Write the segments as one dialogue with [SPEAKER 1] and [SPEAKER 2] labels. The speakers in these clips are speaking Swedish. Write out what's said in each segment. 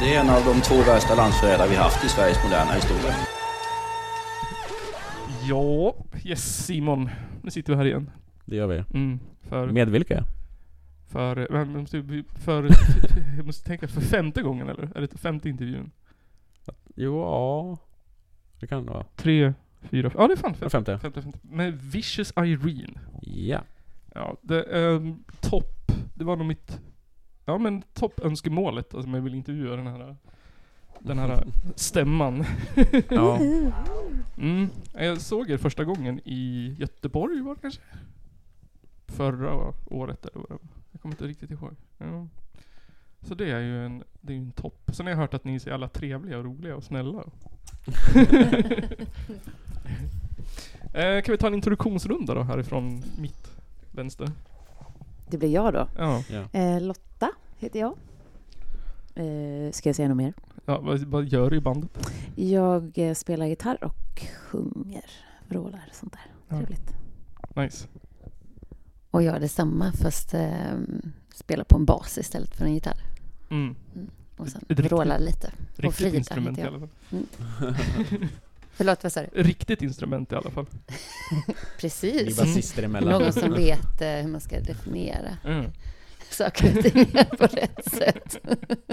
[SPEAKER 1] Det är en av de två värsta landsförrädare vi haft i Sveriges moderna historia.
[SPEAKER 2] Ja, yes Simon. Nu sitter vi här igen.
[SPEAKER 3] Det gör vi.
[SPEAKER 2] Mm. För,
[SPEAKER 3] Med vilka?
[SPEAKER 2] för, men, jag måste- för, jag måste tänka för femte gången eller? Är det femte intervjun?
[SPEAKER 3] Jo, ja. Det kan det vara.
[SPEAKER 2] Tre, fyra, ja det är fan
[SPEAKER 3] Den
[SPEAKER 2] femte.
[SPEAKER 3] femte.
[SPEAKER 2] femte, femte. Med Vicious Irene.
[SPEAKER 3] Ja.
[SPEAKER 2] Ja, det, um, topp. Det var nog mitt, ja men toppönskemålet. Alltså man vill intervjua den här, den här stämman.
[SPEAKER 3] ja.
[SPEAKER 2] Mm. Jag såg er första gången i Göteborg var det kanske? Förra året eller vad det var. Jag kommer inte riktigt ihåg. Ja. Så det är ju en, det är ju en topp. Sen har jag hört att ni är så alla trevliga och roliga och snälla. eh, kan vi ta en introduktionsrunda då härifrån mitt vänster?
[SPEAKER 4] Det blir jag då.
[SPEAKER 2] Ja,
[SPEAKER 4] Eh, Lotta heter jag. Eh, ska jag säga något mer?
[SPEAKER 2] ja vad, vad gör du i bandet?
[SPEAKER 4] Jag eh, spelar gitarr och sjunger, vrålar och sånt där.
[SPEAKER 2] Ja.
[SPEAKER 4] Trevligt.
[SPEAKER 2] Nice.
[SPEAKER 5] Och jag är detsamma fast eh, spelar på en bas istället för en gitarr.
[SPEAKER 2] Mm.
[SPEAKER 5] Och sen
[SPEAKER 2] Ett riktigt-
[SPEAKER 5] vrålar lite. Och
[SPEAKER 2] Riktigt
[SPEAKER 5] Frida
[SPEAKER 2] instrument
[SPEAKER 5] heter
[SPEAKER 2] i
[SPEAKER 5] jag.
[SPEAKER 2] alla fall.
[SPEAKER 5] Mm. Förlåt, vad sa du?
[SPEAKER 2] Riktigt instrument i alla fall.
[SPEAKER 3] Ni är
[SPEAKER 5] Precis.
[SPEAKER 3] basister emellan.
[SPEAKER 5] Någon som vet eh, hur man ska definiera
[SPEAKER 2] Mm.
[SPEAKER 5] saker och ting på rätt sätt.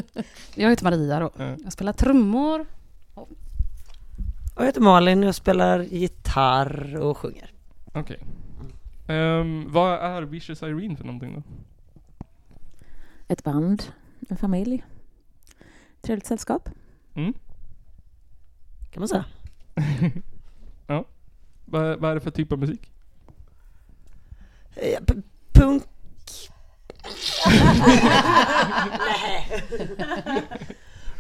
[SPEAKER 6] Jag heter Maria då.
[SPEAKER 2] Mm.
[SPEAKER 6] Jag spelar trummor.
[SPEAKER 7] Och jag heter Malin och jag spelar gitarr och sjunger.
[SPEAKER 2] Okej. Ehm, vad är Vicious Irene för någonting då?
[SPEAKER 4] Ett band, en familj. Trevligt sällskap.
[SPEAKER 7] Kan man säga.
[SPEAKER 2] Vad, vad är det för typ av musik?
[SPEAKER 7] Eh, p- Punk.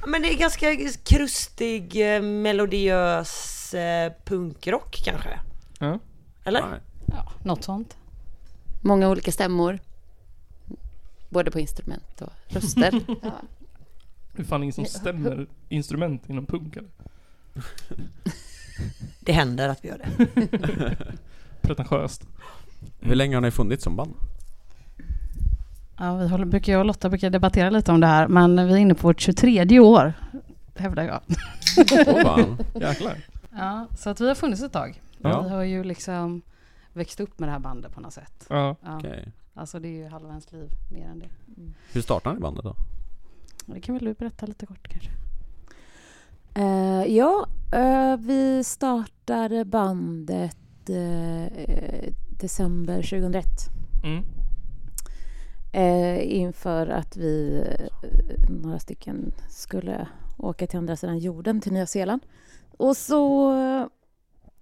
[SPEAKER 7] Men det är ganska krustig, eh, melodiös eh, punkrock kanske.
[SPEAKER 2] Ja.
[SPEAKER 7] Eller?
[SPEAKER 6] Ja, något sånt.
[SPEAKER 5] Många olika stämmor. Både på instrument och röster. Ja.
[SPEAKER 2] Hur fan är det ingen som stämmer instrument inom punk eller?
[SPEAKER 7] Det händer att vi gör det.
[SPEAKER 2] Pretentiöst.
[SPEAKER 3] Hur länge har ni funnits som band?
[SPEAKER 6] Ja, vi håller, brukar, jag och Lotta brukar debattera lite om det här, men vi är inne på vårt 23 år, hävdar jag.
[SPEAKER 3] Åh fan.
[SPEAKER 2] Jäklar.
[SPEAKER 6] Ja, så att vi har funnits ett tag.
[SPEAKER 3] Ja.
[SPEAKER 6] Vi har ju liksom växt upp med det här bandet på något sätt.
[SPEAKER 2] Ja.
[SPEAKER 6] Ja,
[SPEAKER 3] Okej.
[SPEAKER 6] Alltså det är ju halva ens liv, mer än det.
[SPEAKER 3] Hur startade ni bandet då?
[SPEAKER 6] Det kan väl du berätta lite kort kanske?
[SPEAKER 4] Eh, ja, eh, vi startade bandet eh, eh, december 2001.
[SPEAKER 2] Mm.
[SPEAKER 4] Eh, inför att vi, eh, några stycken, skulle åka till andra sidan jorden, till Nya Zeeland. Och så eh,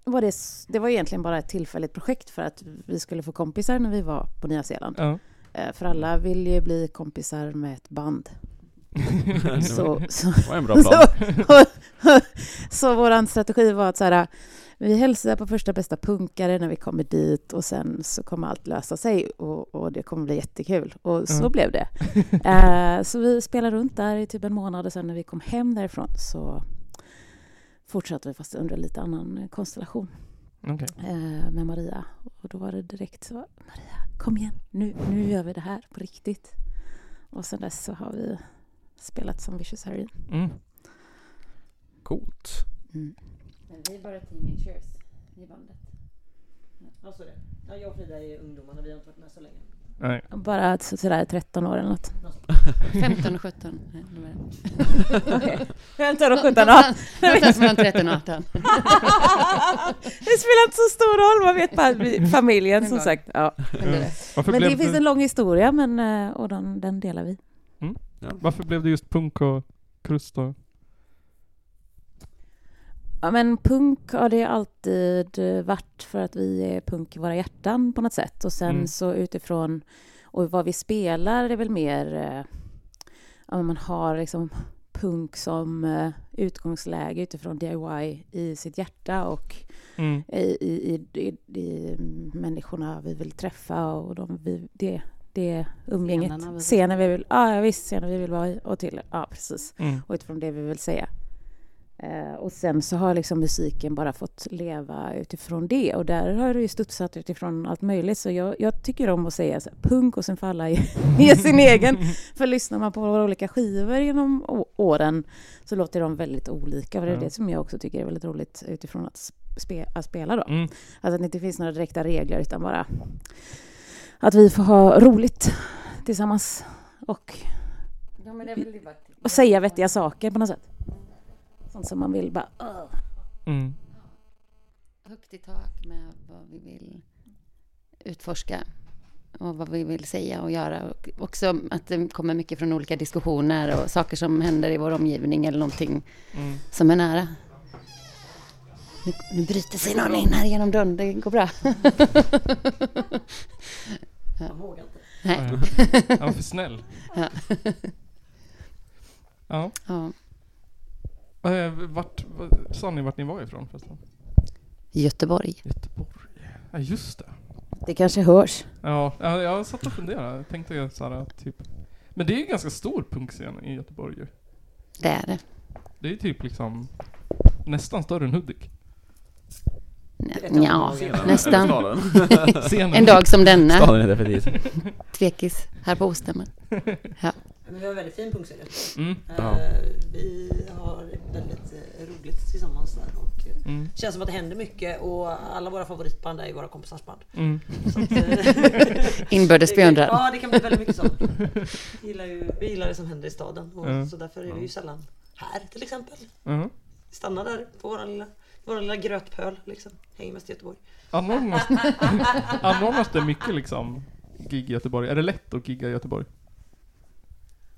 [SPEAKER 4] var det, s- det var egentligen bara ett tillfälligt projekt för att vi skulle få kompisar när vi var på Nya Zeeland.
[SPEAKER 2] Ja.
[SPEAKER 4] Eh, för alla vill ju bli kompisar med ett band.
[SPEAKER 3] Mm.
[SPEAKER 4] Så, så,
[SPEAKER 3] Det var en bra plan.
[SPEAKER 4] så vår strategi var att så här, vi hälsar på första bästa punkare när vi kommer dit och sen så kommer allt lösa sig och, och det kommer bli jättekul. Och så
[SPEAKER 2] Mm.
[SPEAKER 4] blev det. Eh, så vi spelade runt där i typ en månad och sen när vi kom hem därifrån så fortsatte vi fast under lite annan konstellation
[SPEAKER 2] Okej.
[SPEAKER 4] eh, med Maria. Och då var det direkt så, Maria, kom igen, nu, nu gör vi det här på riktigt. Och sen dess så har vi spelat som Vicious Harry.
[SPEAKER 2] Mm.
[SPEAKER 3] Coolt.
[SPEAKER 4] Mm.
[SPEAKER 5] Men vi är bara teenagers i bandet.
[SPEAKER 7] Alltså det. Ja, jag och Frida är ungdomarna, vi har inte varit med så länge.
[SPEAKER 2] Nej.
[SPEAKER 4] Bara så- sådär 13 år eller något.
[SPEAKER 5] 15 och 17. Nej, nu var det-
[SPEAKER 4] Vänta då, 17 år.
[SPEAKER 5] Någonstans- Någonstans mellan 13 och 18.
[SPEAKER 4] Det spelar inte så stor roll, man vet bara vi- familjen som sagt. Ja.
[SPEAKER 3] Mm.
[SPEAKER 2] Varför,
[SPEAKER 4] Men
[SPEAKER 2] blev
[SPEAKER 4] det finns
[SPEAKER 2] det,
[SPEAKER 4] en lång historia men, eh, och den, den delar vi.
[SPEAKER 2] varför blev det just punk och krust och...
[SPEAKER 4] Ja, men punk har det alltid eh, varit för att vi är punk i våra hjärtan på något sätt. Och sen
[SPEAKER 2] Mm.
[SPEAKER 4] så utifrån och vad vi spelar är väl mer... eh, Ja, men man har liksom punk som eh, utgångsläge utifrån DIY i sitt hjärta och
[SPEAKER 2] Mm.
[SPEAKER 4] i, i, i, i, i människorna vi vill träffa och de, vi, det, det umgänget.
[SPEAKER 6] Scenerna vi vill-
[SPEAKER 4] Scener vi vill, ja, ja visst, scener vi vill vara i och till. Ja, precis.
[SPEAKER 2] Mm.
[SPEAKER 4] Och utifrån det vi vill säga. Eh, och sen så har liksom musiken bara fått leva utifrån det och där har det ju studsat utifrån allt möjligt. Så jag, jag tycker om att säga så här, punk och sen får alla ge ge sin egen. För lyssnar man på våra olika skivor genom å- åren så låter de väldigt olika. Och det är
[SPEAKER 2] Ja.
[SPEAKER 4] det som jag också tycker är väldigt roligt utifrån att, spe, att spela då.
[SPEAKER 2] Mm.
[SPEAKER 4] Alltså att det inte finns några direkta regler utan bara att vi får ha roligt tillsammans och,
[SPEAKER 5] Ja, men det är väl livaktigt.
[SPEAKER 4] och säga vettiga saker på något sätt. Sånt som man vill bara... "Ugh."
[SPEAKER 2] Mm.
[SPEAKER 5] högt i tak med vad vi vill utforska och vad vi vill säga och göra. Och också att det kommer mycket från olika diskussioner och saker som händer i vår omgivning eller någonting
[SPEAKER 2] Mm.
[SPEAKER 5] som är nära. Nu, nu bryter sig någon in här genom dörren, det går bra. Nej.
[SPEAKER 2] Ja, ja. Han var för snäll.
[SPEAKER 5] Ja.
[SPEAKER 2] Ja.
[SPEAKER 5] ja.
[SPEAKER 2] Eh, Vart, vad- sa ni vart ni var ifrån förresten?
[SPEAKER 5] Göteborg.
[SPEAKER 2] Göteborg. Ja, just det.
[SPEAKER 4] Det kanske hörs.
[SPEAKER 2] Ja, ja, jag satt och funderade. Jag tänkte så här, typ. Men det är ju en ganska stor punkscen i Göteborg ju.
[SPEAKER 5] Det är det.
[SPEAKER 2] Det är ju typ liksom nästan större än Hudik.
[SPEAKER 5] Nja, Ja, nästan.
[SPEAKER 1] Staden.
[SPEAKER 2] Scenen.
[SPEAKER 5] En dag som denna.
[SPEAKER 1] Staden är definitivt.
[SPEAKER 5] Tvekis här på Åstämman.
[SPEAKER 7] Men vi har en väldigt fin punkscen.
[SPEAKER 2] Mm,
[SPEAKER 1] Ja.
[SPEAKER 7] Eh, Vi har väldigt eh, roligt tillsammans där och eh,
[SPEAKER 2] mm,
[SPEAKER 7] det känns som att det händer mycket och alla våra favoritband är ju våra kompisars band.
[SPEAKER 2] mm.
[SPEAKER 7] Så att, eh,
[SPEAKER 5] Inbördes
[SPEAKER 7] Det kan-
[SPEAKER 5] beundran.
[SPEAKER 7] Ja, det kan bli väldigt mycket sånt. Vi gillar, ju, vi gillar det som händer i staden. Och
[SPEAKER 2] Ja.
[SPEAKER 7] Så därför är vi ju sällan här till exempel.
[SPEAKER 2] Mhm.
[SPEAKER 7] Vi stannar där på vår lilla, vår lilla grötpöl. Liksom. Hänger mest i Göteborg.
[SPEAKER 2] Anordnas, anordnas det mycket liksom gig i Göteborg? Är det lätt att gigga i Göteborg?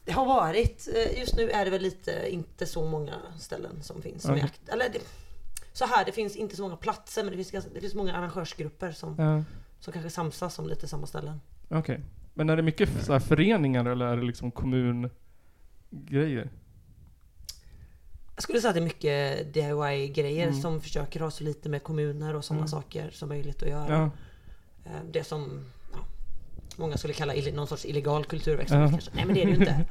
[SPEAKER 7] Det har varit, eh, just nu är det väl lite inte så många ställen som finns. Som är
[SPEAKER 2] Okej.
[SPEAKER 7] akt- eller det, så här, det finns inte så många platser men det finns, ganska, det finns många arrangörsgrupper som,
[SPEAKER 2] Ja,
[SPEAKER 7] som kanske samsas om lite samma ställen.
[SPEAKER 2] Okej. Men är det mycket så här föreningar eller är det liksom kommungrejer?
[SPEAKER 7] Jag skulle säga att det är mycket DIY-grejer
[SPEAKER 2] Mm.
[SPEAKER 7] som försöker ha så lite med kommuner och sådana
[SPEAKER 2] Mm.
[SPEAKER 7] saker som möjligt att göra.
[SPEAKER 2] Ja.
[SPEAKER 7] Eh, Det som ja, många skulle kalla ill- någon sorts illegal
[SPEAKER 2] Ja.
[SPEAKER 7] kulturverksamhet kanske. Nej men det är det ju inte.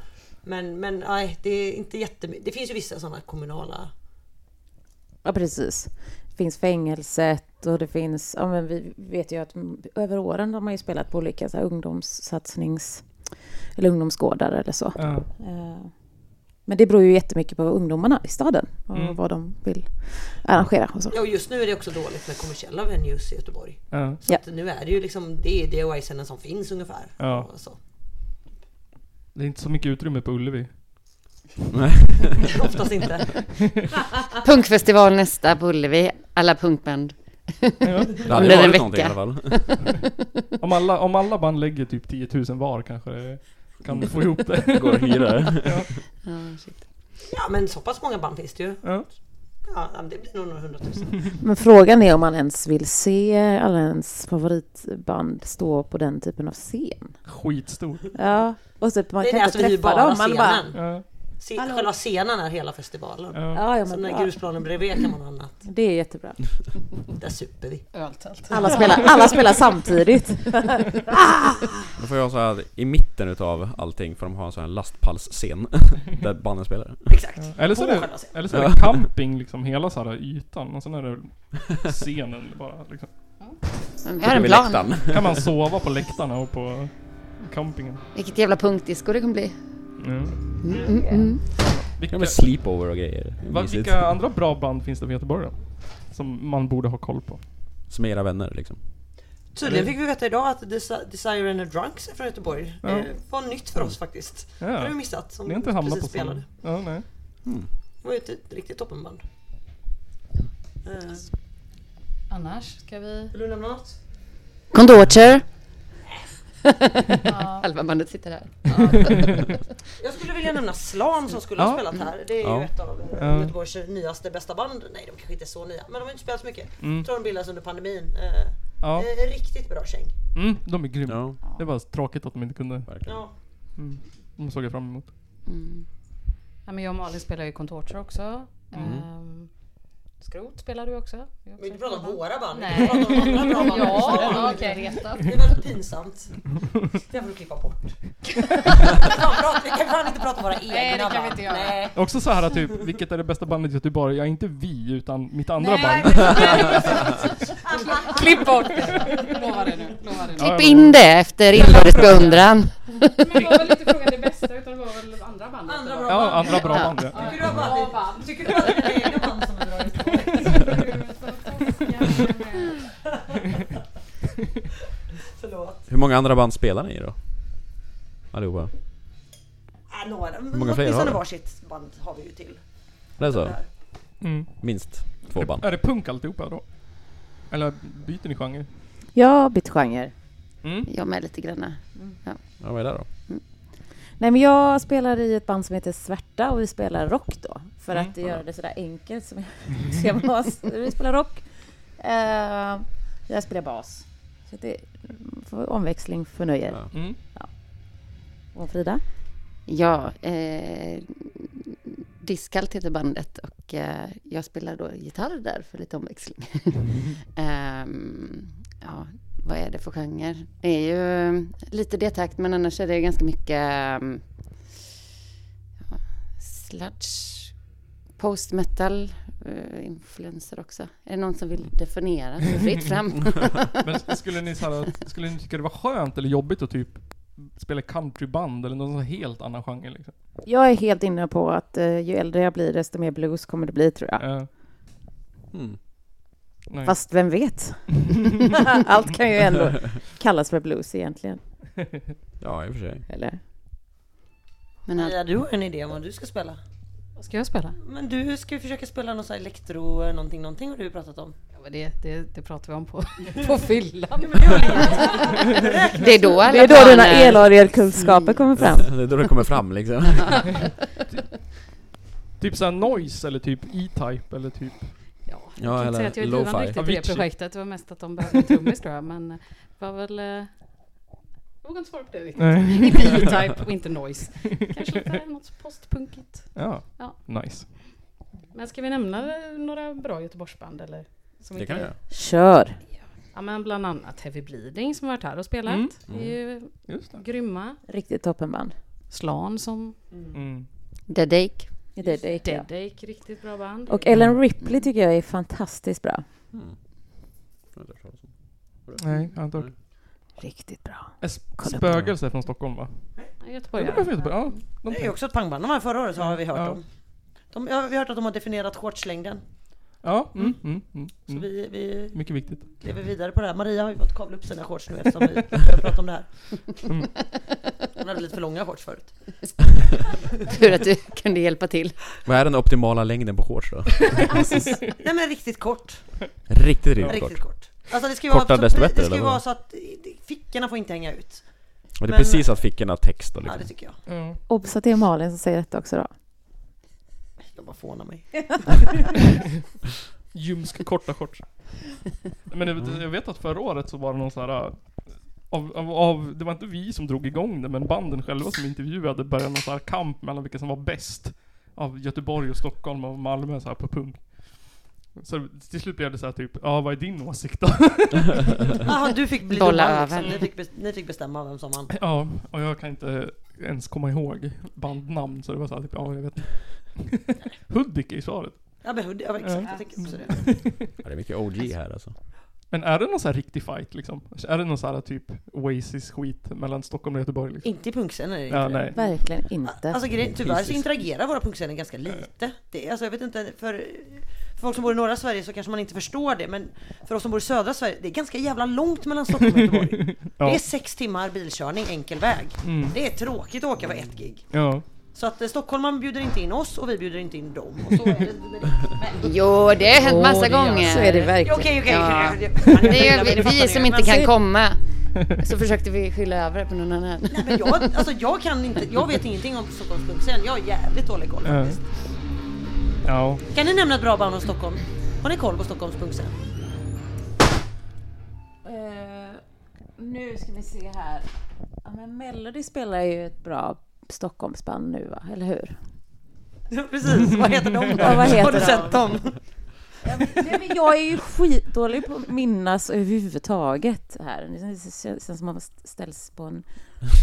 [SPEAKER 7] Men, men nej, det är inte jättemycket. Det finns ju vissa sådana kommunala...
[SPEAKER 4] Ja, precis. Det finns fängelset och det finns... Ja, men vi vet ju att mm, över åren har man ju spelat på olika så här, ungdomssatsnings... Eller ungdomsgårdar eller så.
[SPEAKER 2] Ja.
[SPEAKER 4] Eh, Men det beror ju jättemycket på ungdomarna i staden och
[SPEAKER 2] Mm.
[SPEAKER 4] vad de vill arrangera och så.
[SPEAKER 7] Ja och just nu är det också dåligt med kommersiella venues i Göteborg.
[SPEAKER 2] Ja.
[SPEAKER 7] Så
[SPEAKER 4] Ja.
[SPEAKER 7] att nu är det ju liksom, det är DIY-scenen som finns ungefär.
[SPEAKER 2] Ja.
[SPEAKER 7] Och så.
[SPEAKER 2] Det är inte så mycket utrymme på Ullevi.
[SPEAKER 7] Oftast inte.
[SPEAKER 5] Punkfestival nästa på Ullevi. Alla punkband.
[SPEAKER 2] Ja.
[SPEAKER 1] Det hade
[SPEAKER 5] Under en
[SPEAKER 1] varit
[SPEAKER 5] vecka.
[SPEAKER 1] någonting i alla fall.
[SPEAKER 2] Om, alla, om alla band lägger typ 10 000 var kanske det kan få ihop det.
[SPEAKER 1] Går att hyra det.
[SPEAKER 5] Ja, shit.
[SPEAKER 7] Ja men så pass många band finns det ju.
[SPEAKER 2] Ja.
[SPEAKER 7] Ja, men det blir nog några hundratusen.
[SPEAKER 4] Men frågan är om man ens vill se alla ens favoritband stå på den typen av scen.
[SPEAKER 2] Skitstort.
[SPEAKER 7] Mm.
[SPEAKER 4] Ja, och typ man
[SPEAKER 7] Det är
[SPEAKER 4] kan inte
[SPEAKER 7] det, alltså vi hyr
[SPEAKER 4] träffa
[SPEAKER 7] bara
[SPEAKER 4] dem. Man
[SPEAKER 7] scenen.
[SPEAKER 4] bara,
[SPEAKER 2] Ja.
[SPEAKER 7] Se,
[SPEAKER 4] Hallå.
[SPEAKER 7] själva scenen är hela festivalen.
[SPEAKER 2] Ja.
[SPEAKER 4] ja, ja,
[SPEAKER 7] Så
[SPEAKER 4] men
[SPEAKER 7] den
[SPEAKER 4] bra.
[SPEAKER 7] här grusplanen bredvid kan man ha annat.
[SPEAKER 4] Det är jättebra.
[SPEAKER 7] Där super vi.
[SPEAKER 6] Öltält.
[SPEAKER 4] Alla spelar, alla spelar samtidigt.
[SPEAKER 3] Då får jag så här i mitten utav allting för de har en sån här lastpallsscen där banden spelar.
[SPEAKER 7] Exakt.
[SPEAKER 2] Eller så
[SPEAKER 7] På
[SPEAKER 2] är det
[SPEAKER 7] själva scenen.
[SPEAKER 2] Eller så är det camping liksom hela så här ytan och sen är det scenen bara liksom.
[SPEAKER 5] Men vi har en
[SPEAKER 1] Vid
[SPEAKER 5] plan.
[SPEAKER 1] läktaren.
[SPEAKER 2] Kan man sova på läktarna och på campingen?
[SPEAKER 5] Vilket jävla punktdisco det kommer bli.
[SPEAKER 2] Mm.
[SPEAKER 5] Mm, mm, mm.
[SPEAKER 2] Vilka,
[SPEAKER 1] Ja men sleepover och grejer.
[SPEAKER 2] va,
[SPEAKER 1] Mysigt.
[SPEAKER 2] vilka andra bra band finns det för Göteborg då? Som man borde ha koll på?
[SPEAKER 3] Som era vänner liksom.
[SPEAKER 7] Tydligen fick vi veta idag att Desi- Desire and the Drunks är från Göteborg.
[SPEAKER 2] Ja.
[SPEAKER 7] Det var nytt för oss faktiskt. Det har vi
[SPEAKER 2] Ja.
[SPEAKER 7] missat. Som
[SPEAKER 2] Ni har inte hamnat
[SPEAKER 7] precis
[SPEAKER 2] på
[SPEAKER 7] spelade.
[SPEAKER 2] sådana? Ja, nej.
[SPEAKER 7] Det var ju ett, ett riktigt toppenband. Eh,
[SPEAKER 6] Annars ska vi...
[SPEAKER 7] vill du nämna något?
[SPEAKER 5] Condocher.
[SPEAKER 6] Ja.
[SPEAKER 5] Halva bandet sitter här.
[SPEAKER 7] Jag skulle vilja nämna Slam som skulle
[SPEAKER 2] Ja.
[SPEAKER 7] ha spelat här. Det är
[SPEAKER 3] Ja.
[SPEAKER 7] ju ett av
[SPEAKER 2] Ja.
[SPEAKER 7] eh, Göteborgs nyaste bästa band. Nej, de kanske inte är så nya, men de har inte spelat så mycket.
[SPEAKER 2] Mm.
[SPEAKER 7] Jag tror de bildades under pandemin. Eh,
[SPEAKER 2] Ja.
[SPEAKER 7] eh, Riktigt bra käng.
[SPEAKER 2] Mm, de är grymma.
[SPEAKER 3] Ja,
[SPEAKER 2] Det var tråkigt att de inte kunde.
[SPEAKER 3] verkligen.
[SPEAKER 7] Ja.
[SPEAKER 2] Mm. De såg jag fram emot.
[SPEAKER 5] Mm.
[SPEAKER 6] Ja, men jag och Malin spelar ju Contorture också.
[SPEAKER 3] Mm.
[SPEAKER 6] Ehm,
[SPEAKER 8] Skrot spelar du också. Vi har
[SPEAKER 7] Vill du
[SPEAKER 8] också-
[SPEAKER 7] prata om våra band?
[SPEAKER 8] Nej.
[SPEAKER 7] Vi kan prata om andra band.
[SPEAKER 8] Ja, okej.
[SPEAKER 7] Det är väldigt pinsamt. Det får du klippa bort. Fan, prata- Vi kan fan inte prata om våra egna
[SPEAKER 8] Nej, det kan vi
[SPEAKER 7] band.
[SPEAKER 8] inte göra.
[SPEAKER 7] Nej.
[SPEAKER 2] Också så här typ, vilket är det bästa bandet i Göteborg? Ja, inte vi, utan mitt andra band.
[SPEAKER 8] Klipp bort det. Lova det nu. Lova det nu.
[SPEAKER 2] Ja,
[SPEAKER 5] Klipp Typ
[SPEAKER 7] typ
[SPEAKER 5] in det efter inbördes beundran.
[SPEAKER 8] Men det var väl inte frågan det bästa utan det var väl andra bandet?
[SPEAKER 7] Andra
[SPEAKER 8] eller?
[SPEAKER 7] bra
[SPEAKER 2] Ja,
[SPEAKER 7] band.
[SPEAKER 2] andra bra band. Ja.
[SPEAKER 7] Tycker du att bandet- Tycker du att dina egna band som är bra just nu? Förlåt.
[SPEAKER 3] Hur många andra band spelar ni i då? Allihopa?
[SPEAKER 7] Äh, några.
[SPEAKER 3] Hur många fler har
[SPEAKER 7] Åtminstone
[SPEAKER 3] du?
[SPEAKER 7] varsitt band har vi ju till.
[SPEAKER 3] Det är så?
[SPEAKER 7] Där.
[SPEAKER 2] Mm.
[SPEAKER 3] Minst två band?
[SPEAKER 2] Är det punk alltihopa då? Eller byter ni genre?
[SPEAKER 4] Jag bytt genre.
[SPEAKER 2] Mm.
[SPEAKER 5] Jag med lite granna.
[SPEAKER 3] Ja, vad är det då?
[SPEAKER 4] Nej, men jag spelar i ett band som heter Svärta och vi spelar rock då. För
[SPEAKER 2] Mm.
[SPEAKER 4] att göra det sådär enkelt som jag ser vad bas. Vi spelar rock. Eh, jag spelar bas. Så det är för omväxling för nöje.
[SPEAKER 3] Ja.
[SPEAKER 2] Mm.
[SPEAKER 4] Och Frida?
[SPEAKER 5] Ja, eh, Diskalt heter bandet och eh, jag spelar då gitarr där för lite omväxling. Ehm, ja, vad är det för genre? Det är ju eh, lite det takt men annars är det ganska mycket ehm, ja, sludge, post metal, eh, influenser också. Är det någon som vill definiera? Så Fritt fram.
[SPEAKER 2] Men skulle ni, så här, skulle ni tycka det var skönt eller jobbigt att typ spela countryband eller någon sån här helt annan genre liksom?
[SPEAKER 4] Jag är helt inne på att eh, ju äldre jag blir desto mer blues kommer det bli tror jag.
[SPEAKER 2] Eh,
[SPEAKER 3] Mm.
[SPEAKER 2] nej.
[SPEAKER 4] Fast vem vet? Allt kan ju ändå kallas för blues egentligen.
[SPEAKER 3] Ja, i och för sig.
[SPEAKER 4] Eller?
[SPEAKER 5] Men allt-
[SPEAKER 7] Maria, du har en idé om vad du ska spela.
[SPEAKER 8] Vad ska jag spela?
[SPEAKER 7] Men du ska ju försöka spela någon sån här elektro, eh, någonting, någonting har du ju pratat om.
[SPEAKER 6] Ja, men det, det, det pratar vi om på...
[SPEAKER 8] På fyllan?
[SPEAKER 5] det är då alla
[SPEAKER 4] Det är då dina
[SPEAKER 5] planer-
[SPEAKER 4] elorgelkunskaper kommer fram.
[SPEAKER 3] Det är då det kommer fram liksom.
[SPEAKER 2] Typ såhär noise eller typ E-Type eller typ...
[SPEAKER 6] Ja, jag
[SPEAKER 3] Ja, eller
[SPEAKER 6] kan inte säga att jag är drivande
[SPEAKER 3] lo-fi.
[SPEAKER 6] riktigt i det
[SPEAKER 2] Avicii.
[SPEAKER 6] projektet. Det var mest att de behövde en trummis tror jag. Men det var väl... eh, Jag vågar inte svara på det riktigt.
[SPEAKER 2] Nej.
[SPEAKER 6] Inte E-Type och inte Noise. Kanske lite något postpunkigt.
[SPEAKER 2] Ja.
[SPEAKER 6] Ja.
[SPEAKER 2] Nice.
[SPEAKER 6] Men ska vi nämna eh, några bra Göteborgsband eller? Som
[SPEAKER 3] Det
[SPEAKER 6] inte-
[SPEAKER 3] kan jag göra.
[SPEAKER 4] Kör!
[SPEAKER 6] Ja men bland annat Heavy Bleeding som har varit här och spelat.
[SPEAKER 2] Mm.
[SPEAKER 6] Det är ju
[SPEAKER 2] Just det.
[SPEAKER 6] grymma.
[SPEAKER 4] Riktigt toppenband.
[SPEAKER 6] Slan som
[SPEAKER 2] Mm.
[SPEAKER 5] The Dake.
[SPEAKER 4] Det, det, det,
[SPEAKER 6] Dead Ache, riktigt bra band.
[SPEAKER 4] Och Ellen Ripley tycker jag är fantastiskt bra.
[SPEAKER 3] Hmm.
[SPEAKER 2] Nej, jag har inte hört.
[SPEAKER 4] Riktigt bra.
[SPEAKER 2] Es-
[SPEAKER 4] Kolla på
[SPEAKER 2] Spögelse från Stockholm va? Ja,
[SPEAKER 6] Göteborgare.
[SPEAKER 2] det finns bra. Ja, de
[SPEAKER 7] Det är ju också ett pangband, de här förra året så har vi hört
[SPEAKER 2] Ja.
[SPEAKER 7] om. De, ja, vi har hört att de har definierat shortslängden.
[SPEAKER 2] Ja, mm, mm, mm,
[SPEAKER 7] Så
[SPEAKER 2] mm.
[SPEAKER 7] vi, vi
[SPEAKER 2] Mycket viktigt.
[SPEAKER 7] lever vidare på det här. Maria har ju fått kavla upp sina shorts nu eftersom vi börjar prata om det här. Hon hade lite för långa shorts förut.
[SPEAKER 5] Tur att du kunde hjälpa till.
[SPEAKER 3] Vad är den optimala längden på shorts då?
[SPEAKER 7] Nej men riktigt kort.
[SPEAKER 3] Riktigt, riktigt kort.
[SPEAKER 7] Riktigt kort. Alltså det ska ju
[SPEAKER 3] Kortare
[SPEAKER 7] vara,
[SPEAKER 3] desto
[SPEAKER 7] så,
[SPEAKER 3] bättre,
[SPEAKER 7] det ska ju
[SPEAKER 3] eller vad?
[SPEAKER 7] vara så att i- fickorna får inte hänga ut.
[SPEAKER 3] Och det är
[SPEAKER 7] Men-
[SPEAKER 3] precis att fickorna har text då,
[SPEAKER 7] Ja
[SPEAKER 3] liksom.
[SPEAKER 7] det tycker jag.
[SPEAKER 2] Ja.
[SPEAKER 4] Obs att det är Malin som säger detta också då.
[SPEAKER 7] Jag bara fånar mig.
[SPEAKER 2] Ljumsk korta shorts. Men jag, jag vet att förra året så var det någon sån här... äh, Av, av, av, det var inte vi som drog igång det, men banden själva som intervjuade började någon sån här kamp mellan vilka som var bäst. Av Göteborg och Stockholm och Malmö så här på punk. Så till slut blev det så här typ, ja vad är din åsikt då?
[SPEAKER 7] Jaha, du fick bli
[SPEAKER 5] Bolla
[SPEAKER 7] domare liksom.
[SPEAKER 5] över.
[SPEAKER 7] Ni fick, bes- ni fick bestämma vem som vann.
[SPEAKER 2] ja, och jag kan inte ens komma ihåg bandnamn så det var så här typ, ja jag vet inte. Hudik är svaret.
[SPEAKER 7] Ja, men, hur- ja exakt,
[SPEAKER 2] Ja.
[SPEAKER 7] jag tänker också det.
[SPEAKER 3] Ja, det är mycket OG här alltså.
[SPEAKER 2] Men är det någon sån här riktig fight liksom? Är det någon sån här typ Oasis-skit mellan Stockholm och Göteborg liksom?
[SPEAKER 7] Inte i punkscenen är det
[SPEAKER 2] Ja,
[SPEAKER 7] inte det.
[SPEAKER 2] nej.
[SPEAKER 4] Verkligen inte.
[SPEAKER 7] Alltså grejen, tyvärr så
[SPEAKER 2] Precis.
[SPEAKER 7] interagerar våra punkscener ganska lite. Det, är- alltså, jag vet inte, för, för folk som bor i norra Sverige så kanske man inte förstår det, men för oss som bor i södra Sverige, det är ganska jävla långt mellan Stockholm och Göteborg. Det är sex timmar bilkörning enkel väg.
[SPEAKER 2] Mm.
[SPEAKER 7] Det är tråkigt att åka för ett gig.
[SPEAKER 2] Ja.
[SPEAKER 7] Så att eh, stockholmaren bjuder inte in oss och vi bjuder inte in dem. Och så är det.
[SPEAKER 5] Jo, det har hänt massa gånger.
[SPEAKER 4] Så är det
[SPEAKER 7] Okej,
[SPEAKER 4] verkligen.
[SPEAKER 7] okej, okej.
[SPEAKER 5] Ja. Det är ju
[SPEAKER 7] Ja.
[SPEAKER 5] vi som inte kan komma. Så försökte vi skylla över det på någon annan.
[SPEAKER 7] Men jag, alltså, jag kan inte, jag vet ingenting om Stockholms punkscen. Jag har jävligt dålig koll
[SPEAKER 2] Ja.
[SPEAKER 7] faktiskt.
[SPEAKER 2] ja.
[SPEAKER 7] Kan ni nämna ett bra band om Stockholm? Har ni koll på Stockholms punkscen?
[SPEAKER 4] Eh, nu ska vi se här. Ja, men Melody spelar ju ett bra Stockholmsband nu va, eller hur?
[SPEAKER 7] Ja, precis, vad heter de då?
[SPEAKER 4] Ja, vad heter
[SPEAKER 7] Har du
[SPEAKER 4] de?
[SPEAKER 7] sett dem?
[SPEAKER 4] Nej, men jag är ju skitdålig på att minnas överhuvudtaget här. Det känns- känns som att man st- ställs på en...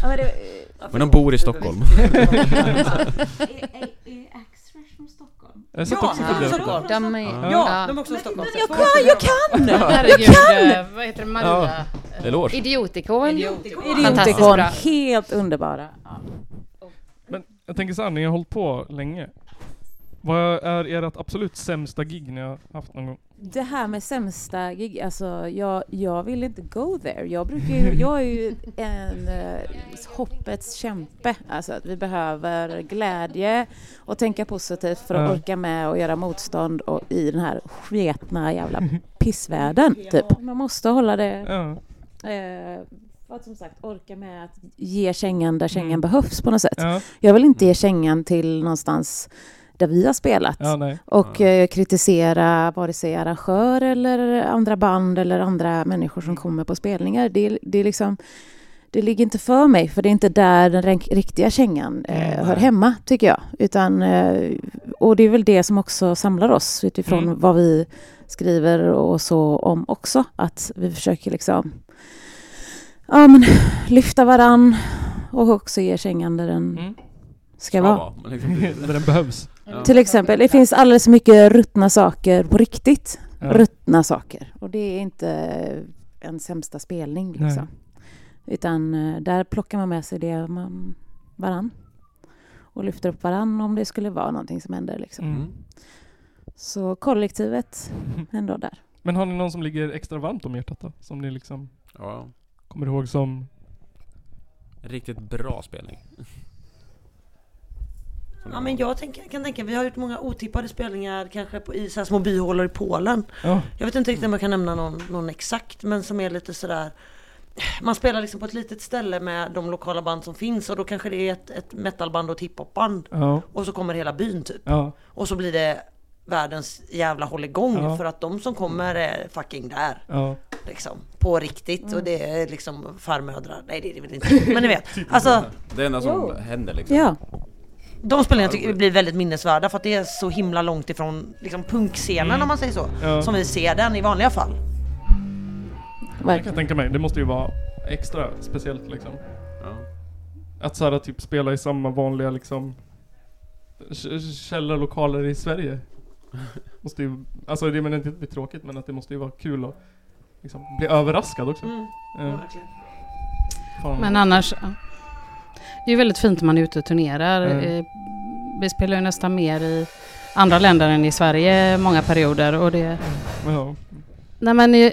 [SPEAKER 4] Ja, men det,
[SPEAKER 3] Men de bor i Stockholm.
[SPEAKER 9] X-Fresh från Stockholm?
[SPEAKER 2] Jag satt
[SPEAKER 7] Ja,
[SPEAKER 2] också
[SPEAKER 7] han
[SPEAKER 2] och funderade.
[SPEAKER 7] Stockholm.
[SPEAKER 5] De är,
[SPEAKER 3] Ja.
[SPEAKER 7] Ja, de är också i Stockholm.
[SPEAKER 4] jag kan! Jag kan!
[SPEAKER 8] Herregud, eh, vad heter det? Maria?
[SPEAKER 3] Eloge.
[SPEAKER 5] Idiotikon.
[SPEAKER 4] Idiotikon,
[SPEAKER 5] Fantastiskt bra.
[SPEAKER 4] helt underbara. Ja.
[SPEAKER 2] Jag tänker såhär, ni har hållit på länge. Vad är ert absolut sämsta gig ni har haft någon gång?
[SPEAKER 4] Det här med sämsta gig, alltså jag, jag vill inte go there. Jag, brukar ju, jag är ju en eh, hoppets kämpe. Alltså att vi behöver glädje och tänka positivt för att
[SPEAKER 2] Ja.
[SPEAKER 4] orka med och göra motstånd och i den här sketna jävla pissvärlden. Typ. Man måste hålla det...
[SPEAKER 2] Ja.
[SPEAKER 4] Eh, för att som sagt orka med att ge kängan där kängan behövs på något sätt.
[SPEAKER 2] Mm. Ja,
[SPEAKER 4] Jag vill inte ge kängan till någonstans där vi har spelat
[SPEAKER 2] ja nej.
[SPEAKER 4] och eh, kritisera vare sig arrangör eller andra band eller andra människor som kommer på spelningar. Det, det, är liksom, det ligger inte för mig, för det är inte där den ren- riktiga kängan eh, hör hemma, tycker jag. Utan, eh, och det är väl det som också samlar oss utifrån
[SPEAKER 2] Mm.
[SPEAKER 4] vad vi skriver och så om också, att vi försöker liksom ja, men, lyfta varann och också ge kängan där den
[SPEAKER 2] Mm.
[SPEAKER 4] ska vara.
[SPEAKER 3] men liksom,
[SPEAKER 2] Där den behövs.
[SPEAKER 4] Till exempel, det finns alldeles för mycket ruttna saker på riktigt.
[SPEAKER 2] Ja.
[SPEAKER 4] Ruttna saker. Och det är inte en sämsta spelning liksom. Utan eh, där plockar man med sig det man, varann. Och lyfter upp varann om det skulle vara någonting som händer liksom.
[SPEAKER 2] Mm.
[SPEAKER 4] Så kollektivet ändå där.
[SPEAKER 2] Men har ni någon som ligger extra varmt om hjärtat då? Som ni liksom
[SPEAKER 3] ja.
[SPEAKER 2] kommer ihåg som...
[SPEAKER 3] Riktigt bra spelning.
[SPEAKER 7] Ja, men jag tänker, kan tänka, vi har gjort många otippade spelningar kanske på, i så här små byhålor i Polen.
[SPEAKER 2] Ja.
[SPEAKER 7] Jag vet inte riktigt om jag kan nämna någon, någon exakt, men som är lite sådär man spelar liksom på ett litet ställe med de lokala band som finns och då kanske det är ett, ett metalband och ett hiphopband.
[SPEAKER 2] Ja.
[SPEAKER 7] Och så kommer hela byn typ.
[SPEAKER 2] Ja.
[SPEAKER 7] Och så blir det världens jävla hålligång
[SPEAKER 2] Ja.
[SPEAKER 7] för att de som kommer är fucking där.
[SPEAKER 2] Ja.
[SPEAKER 7] Liksom, på riktigt. Och det är liksom farmödrar. Nej det är det väl inte. Men ni vet. Alltså
[SPEAKER 3] Det enda som händer liksom.
[SPEAKER 4] Ja,
[SPEAKER 7] de spelningarna tycker vi blir väldigt minnesvärda för att det är så himla långt ifrån liksom, punkscenen om man säger så.
[SPEAKER 2] Ja.
[SPEAKER 7] Som vi ser den i vanliga fall.
[SPEAKER 2] Jag kan
[SPEAKER 4] verkligen.
[SPEAKER 2] tänka mig, det måste ju vara extra speciellt liksom.
[SPEAKER 3] Ja.
[SPEAKER 2] Att såhär typ spela i samma vanliga liksom k- källarlokaler i Sverige. Måste ju, alltså det menar jag inte att det är tråkigt men att det måste ju vara kul att liksom bli överraskad också. Eh, fan.
[SPEAKER 6] Men annars... ja. Det är ju väldigt fint när man är ute och turnerar.
[SPEAKER 2] Mm.
[SPEAKER 6] Eh, Vi spelar ju nästan mer i andra länder än i Sverige många perioder. Och det,
[SPEAKER 2] ja.
[SPEAKER 6] nej men, eh,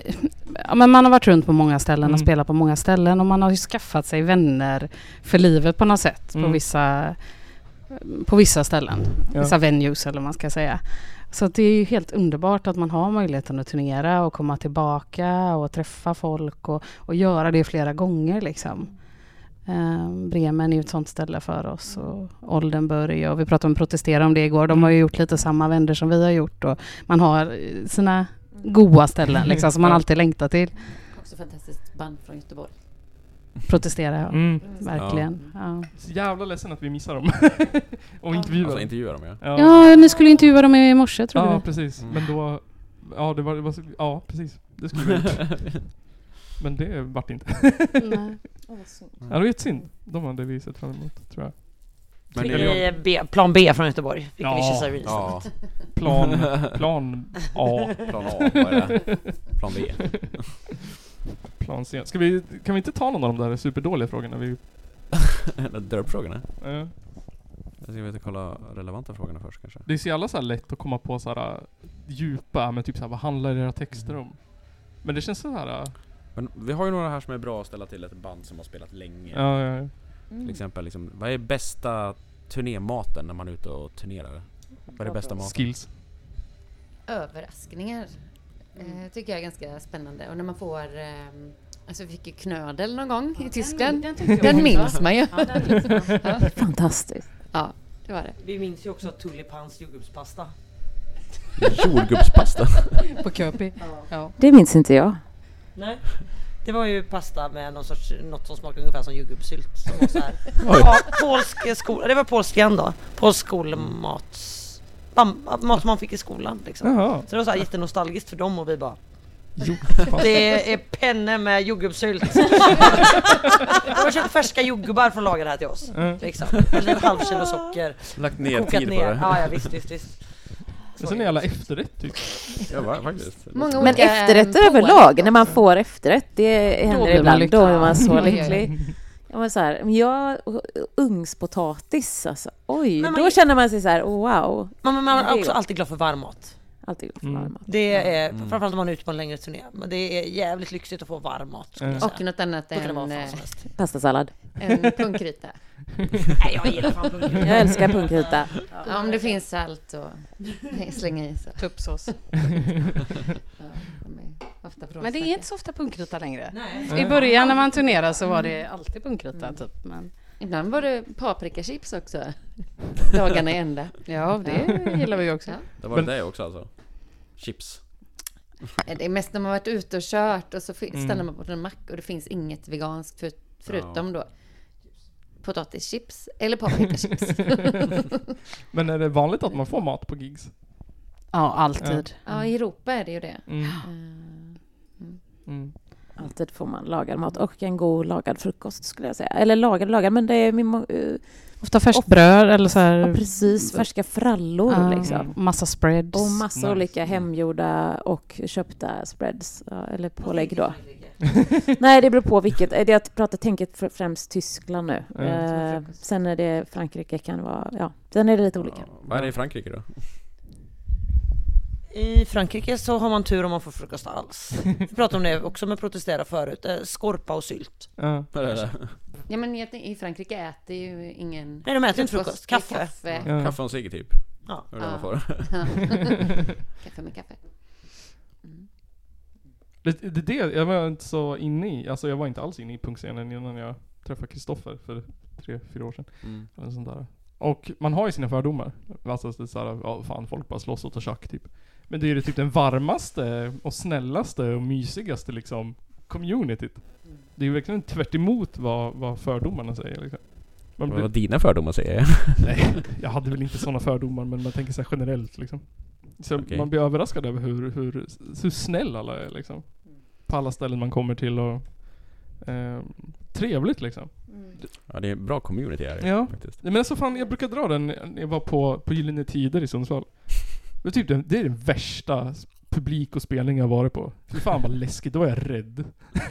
[SPEAKER 6] ja, men man har varit runt på många ställen
[SPEAKER 2] Mm.
[SPEAKER 6] och spelat på många ställen och man har ju skaffat sig vänner för livet på något sätt
[SPEAKER 2] Mm.
[SPEAKER 6] på, vissa, på vissa ställen.
[SPEAKER 2] Ja.
[SPEAKER 6] Vissa venues eller vad man ska säga. Så att det är ju helt underbart att man har möjligheten att turnera och komma tillbaka och träffa folk och, och göra det flera gånger liksom. Ehm, Bremen är ju ett sånt ställe för oss och Oldenburg och vi pratade om protestera om det igår. De har ju gjort lite samma vänder som vi har gjort och man har eh, sina goa ställen liksom som man
[SPEAKER 2] Ja.
[SPEAKER 6] alltid längtar till.
[SPEAKER 5] Också fantastiskt band från Göteborg.
[SPEAKER 6] Protestera, ja.
[SPEAKER 2] Mm.
[SPEAKER 6] Verkligen. Ja.
[SPEAKER 2] Så jävla ledsen att vi missar dem. och intervjuar
[SPEAKER 3] Alltså
[SPEAKER 2] dem.
[SPEAKER 3] intervjuar dem ja.
[SPEAKER 2] Ja, ja,
[SPEAKER 6] Ja, ni skulle intervjua dem i morse tror jag.
[SPEAKER 2] precis.
[SPEAKER 3] Mm.
[SPEAKER 2] Men då, ja det var, det var så- ja precis. Det skulle vi ha gjort. Men det vart inte.
[SPEAKER 6] Nej.
[SPEAKER 2] Ja det var jättesynd. De hade vi sett fram emot tror jag.
[SPEAKER 3] Men
[SPEAKER 7] Det
[SPEAKER 3] det är
[SPEAKER 7] är B, plan B från Göteborg. Fick
[SPEAKER 2] Ja.
[SPEAKER 7] vi kyssa Reese.
[SPEAKER 3] Ja,
[SPEAKER 2] Plan, plan A.
[SPEAKER 3] plan A, vad är det? Plan B.
[SPEAKER 2] Plan C. Ska vi, kan vi inte ta någon av de där superdåliga frågorna? Vi,
[SPEAKER 3] Derpfrågorna.
[SPEAKER 2] eh,
[SPEAKER 3] Jag ska väl kolla relevanta frågorna först kanske.
[SPEAKER 2] det är så jävla så här lätt att komma på så här äh, djupa, men typ så här, vad handlar era texter om? Men det känns så här... äh,
[SPEAKER 3] Men vi har ju några här som är bra att ställa till ett band som har spelat länge.
[SPEAKER 2] Ja, ja, ja.
[SPEAKER 3] Till exempel liksom, vad är bästa turnématen när man är ute och turnerar? Vad är bästa maten?
[SPEAKER 2] Skills.
[SPEAKER 5] Överraskningar. Eh, tycker jag är ganska spännande. Och när man får... ehm, alltså vi fick ju knödel någon gång i Tyskland. Den, minns man ju. Ja,
[SPEAKER 4] Fantastiskt.
[SPEAKER 5] det var det.
[SPEAKER 7] Vi minns ju också att Tulipans jordgubbspasta.
[SPEAKER 3] Jordgubbspasta.
[SPEAKER 6] På Köpi.
[SPEAKER 4] Det minns inte jag.
[SPEAKER 7] Nej. Det var ju pasta med någon sorts, något som smakade ungefär som jordgubbssylt. Som var så här.
[SPEAKER 3] Oj.
[SPEAKER 7] Ja, polsk skola, det var polsk igen då. Polsk skolmat. bam, mat man fick i skolan. Liksom.
[SPEAKER 2] Jaha.
[SPEAKER 7] Så det var så här jättenostalgiskt för dem och vi bara
[SPEAKER 2] Jo,
[SPEAKER 7] Det är penne med jordgubbssylt. De har köpt färska jordgubbar från lagar här till oss.
[SPEAKER 2] Mm.
[SPEAKER 7] Liksom. Eller ett halvt kilo socker.
[SPEAKER 3] Lagt ner
[SPEAKER 7] kokat
[SPEAKER 3] tid på
[SPEAKER 7] ner.
[SPEAKER 3] det.
[SPEAKER 7] Ja, ja, visst, visst, visst.
[SPEAKER 2] Men sen är alla efterrätt typ.
[SPEAKER 3] Ja, va- faktiskt.
[SPEAKER 5] Många
[SPEAKER 4] Men
[SPEAKER 5] olika
[SPEAKER 4] efterrätter
[SPEAKER 5] pålägg
[SPEAKER 4] överlag,
[SPEAKER 5] också.
[SPEAKER 4] när man får efterrätt, det händer
[SPEAKER 6] blir man
[SPEAKER 4] ibland.
[SPEAKER 6] lycklig.
[SPEAKER 4] Då är man så
[SPEAKER 5] Oj, oj, oj.
[SPEAKER 4] lycklig. Jag var så här, men jag, ugnspotatis alltså. Oj,
[SPEAKER 7] Men man-
[SPEAKER 4] då känner man sig så här, "Oh, wow.
[SPEAKER 7] Men man
[SPEAKER 4] Det är
[SPEAKER 7] är
[SPEAKER 4] gott.
[SPEAKER 7] också alltid glad för varm mat.
[SPEAKER 4] Alltid gott för
[SPEAKER 2] Mm.
[SPEAKER 4] varm mat.
[SPEAKER 7] Det är, framförallt om man är ute på en längre turné, men det är jävligt lyxigt att få varm mat. skulle jag säga.
[SPEAKER 5] Och något annat
[SPEAKER 7] Då kan det
[SPEAKER 5] än,
[SPEAKER 7] vara vad fan
[SPEAKER 5] eh,
[SPEAKER 7] som helst.
[SPEAKER 4] Pastasallad.
[SPEAKER 5] än pungkryta.
[SPEAKER 7] Nej, jag gillar fan pungkryta.
[SPEAKER 4] Jag älskar pungkryta.
[SPEAKER 5] Ja, om det finns salt och slänga i så.
[SPEAKER 6] Tuppsås.
[SPEAKER 5] Ja, de är ofta
[SPEAKER 6] Men det är
[SPEAKER 5] bråkstackiga.
[SPEAKER 6] inte så ofta punkruta längre.
[SPEAKER 7] Nej.
[SPEAKER 6] I början när man turnerade så var det alltid punkruta typ. Men
[SPEAKER 5] Ibland var det paprikachips också. Dagarna i ända.
[SPEAKER 6] ja, Mm. det gillar vi ju också.
[SPEAKER 5] Ja.
[SPEAKER 3] Det var det också alltså. Chips.
[SPEAKER 5] Det är mest när man varit ute och kört och så fin- stannar man på en mack och det finns inget veganskt för, förutom då potatischips eller paprikachips.
[SPEAKER 2] Men är det vanligt att man får mat på gigs?
[SPEAKER 6] Ja, alltid.
[SPEAKER 5] ja, i Europa är det ju det.
[SPEAKER 2] Mm.
[SPEAKER 5] Eh,
[SPEAKER 2] Mm.
[SPEAKER 4] Alltid får man lagad mat och en god lagad frukost skulle jag säga. Eller lagad och lagad, men det är min mo- eh,
[SPEAKER 6] Ofta färskt bröd eller så
[SPEAKER 4] ja,
[SPEAKER 6] här.
[SPEAKER 4] precis färska frallor
[SPEAKER 6] ja,
[SPEAKER 4] liksom.
[SPEAKER 6] Massa spreads.
[SPEAKER 4] Och massa
[SPEAKER 2] mm. Ah. Nice. Mm.
[SPEAKER 4] olika hemgjorda och köpta spreads, ja, eller pålägg då. Nej, det beror på vilket. Eh, det Jag pratar, tänker fr- främst Tyskland nu.
[SPEAKER 2] Ja.
[SPEAKER 4] Eh, sen är det Frankrike kan vara, ja, sen är det lite olika.
[SPEAKER 3] Ja, vad är det i Frankrike då?
[SPEAKER 7] I Frankrike så har man tur om man får frukost alls. Vi pratade om det också med protestera förut. Eh, Skorpa och sylt.
[SPEAKER 2] Ja.
[SPEAKER 3] Vad är det?
[SPEAKER 5] Ja, men i- i Frankrike äter ju ingen...
[SPEAKER 7] Nej, de äter inte frukost.
[SPEAKER 5] Det är
[SPEAKER 7] Kaffe.
[SPEAKER 5] Kaffe,
[SPEAKER 2] Ja.
[SPEAKER 3] Kaffe och cigg typ?
[SPEAKER 7] Ja.
[SPEAKER 3] Hur det
[SPEAKER 5] Ja.
[SPEAKER 3] man får.
[SPEAKER 5] kaffe med kaffe.
[SPEAKER 2] Det, det, det, jag var inte så inne i, alltså jag var inte alls inne i punkscenen innan jag träffade Kristoffer för tre, fyra år sedan.
[SPEAKER 3] Mm.
[SPEAKER 2] Eller sånt där. Och man har ju sina fördomar. Alltså det är såhär, ja fan folk bara slåss och tar tjack typ. Men det är ju det typ den varmaste och snällaste och mysigaste liksom communityt. Det är ju verkligen tvärt emot vad, vad fördomarna säger liksom. Man
[SPEAKER 3] Vad
[SPEAKER 2] blir,
[SPEAKER 3] var dina fördomar säger jag?
[SPEAKER 2] nej, jag hade väl inte sådana fördomar men man tänker så här generellt liksom. Så
[SPEAKER 3] Okej.
[SPEAKER 2] man blir överraskad över hur, hur, hur snäll alla är liksom. På alla ställen man kommer till och eh, trevligt liksom.
[SPEAKER 3] Ja, det är en bra community här
[SPEAKER 2] Ja.
[SPEAKER 3] faktiskt.
[SPEAKER 2] Nej, Men alltså fan, jag brukar dra den när jag var på, på Gyllene Tider i Sundsvall. Det är, typ den, det är den värsta publik och spelning jag har varit på. Fy fan vad läskigt, då var jag rädd.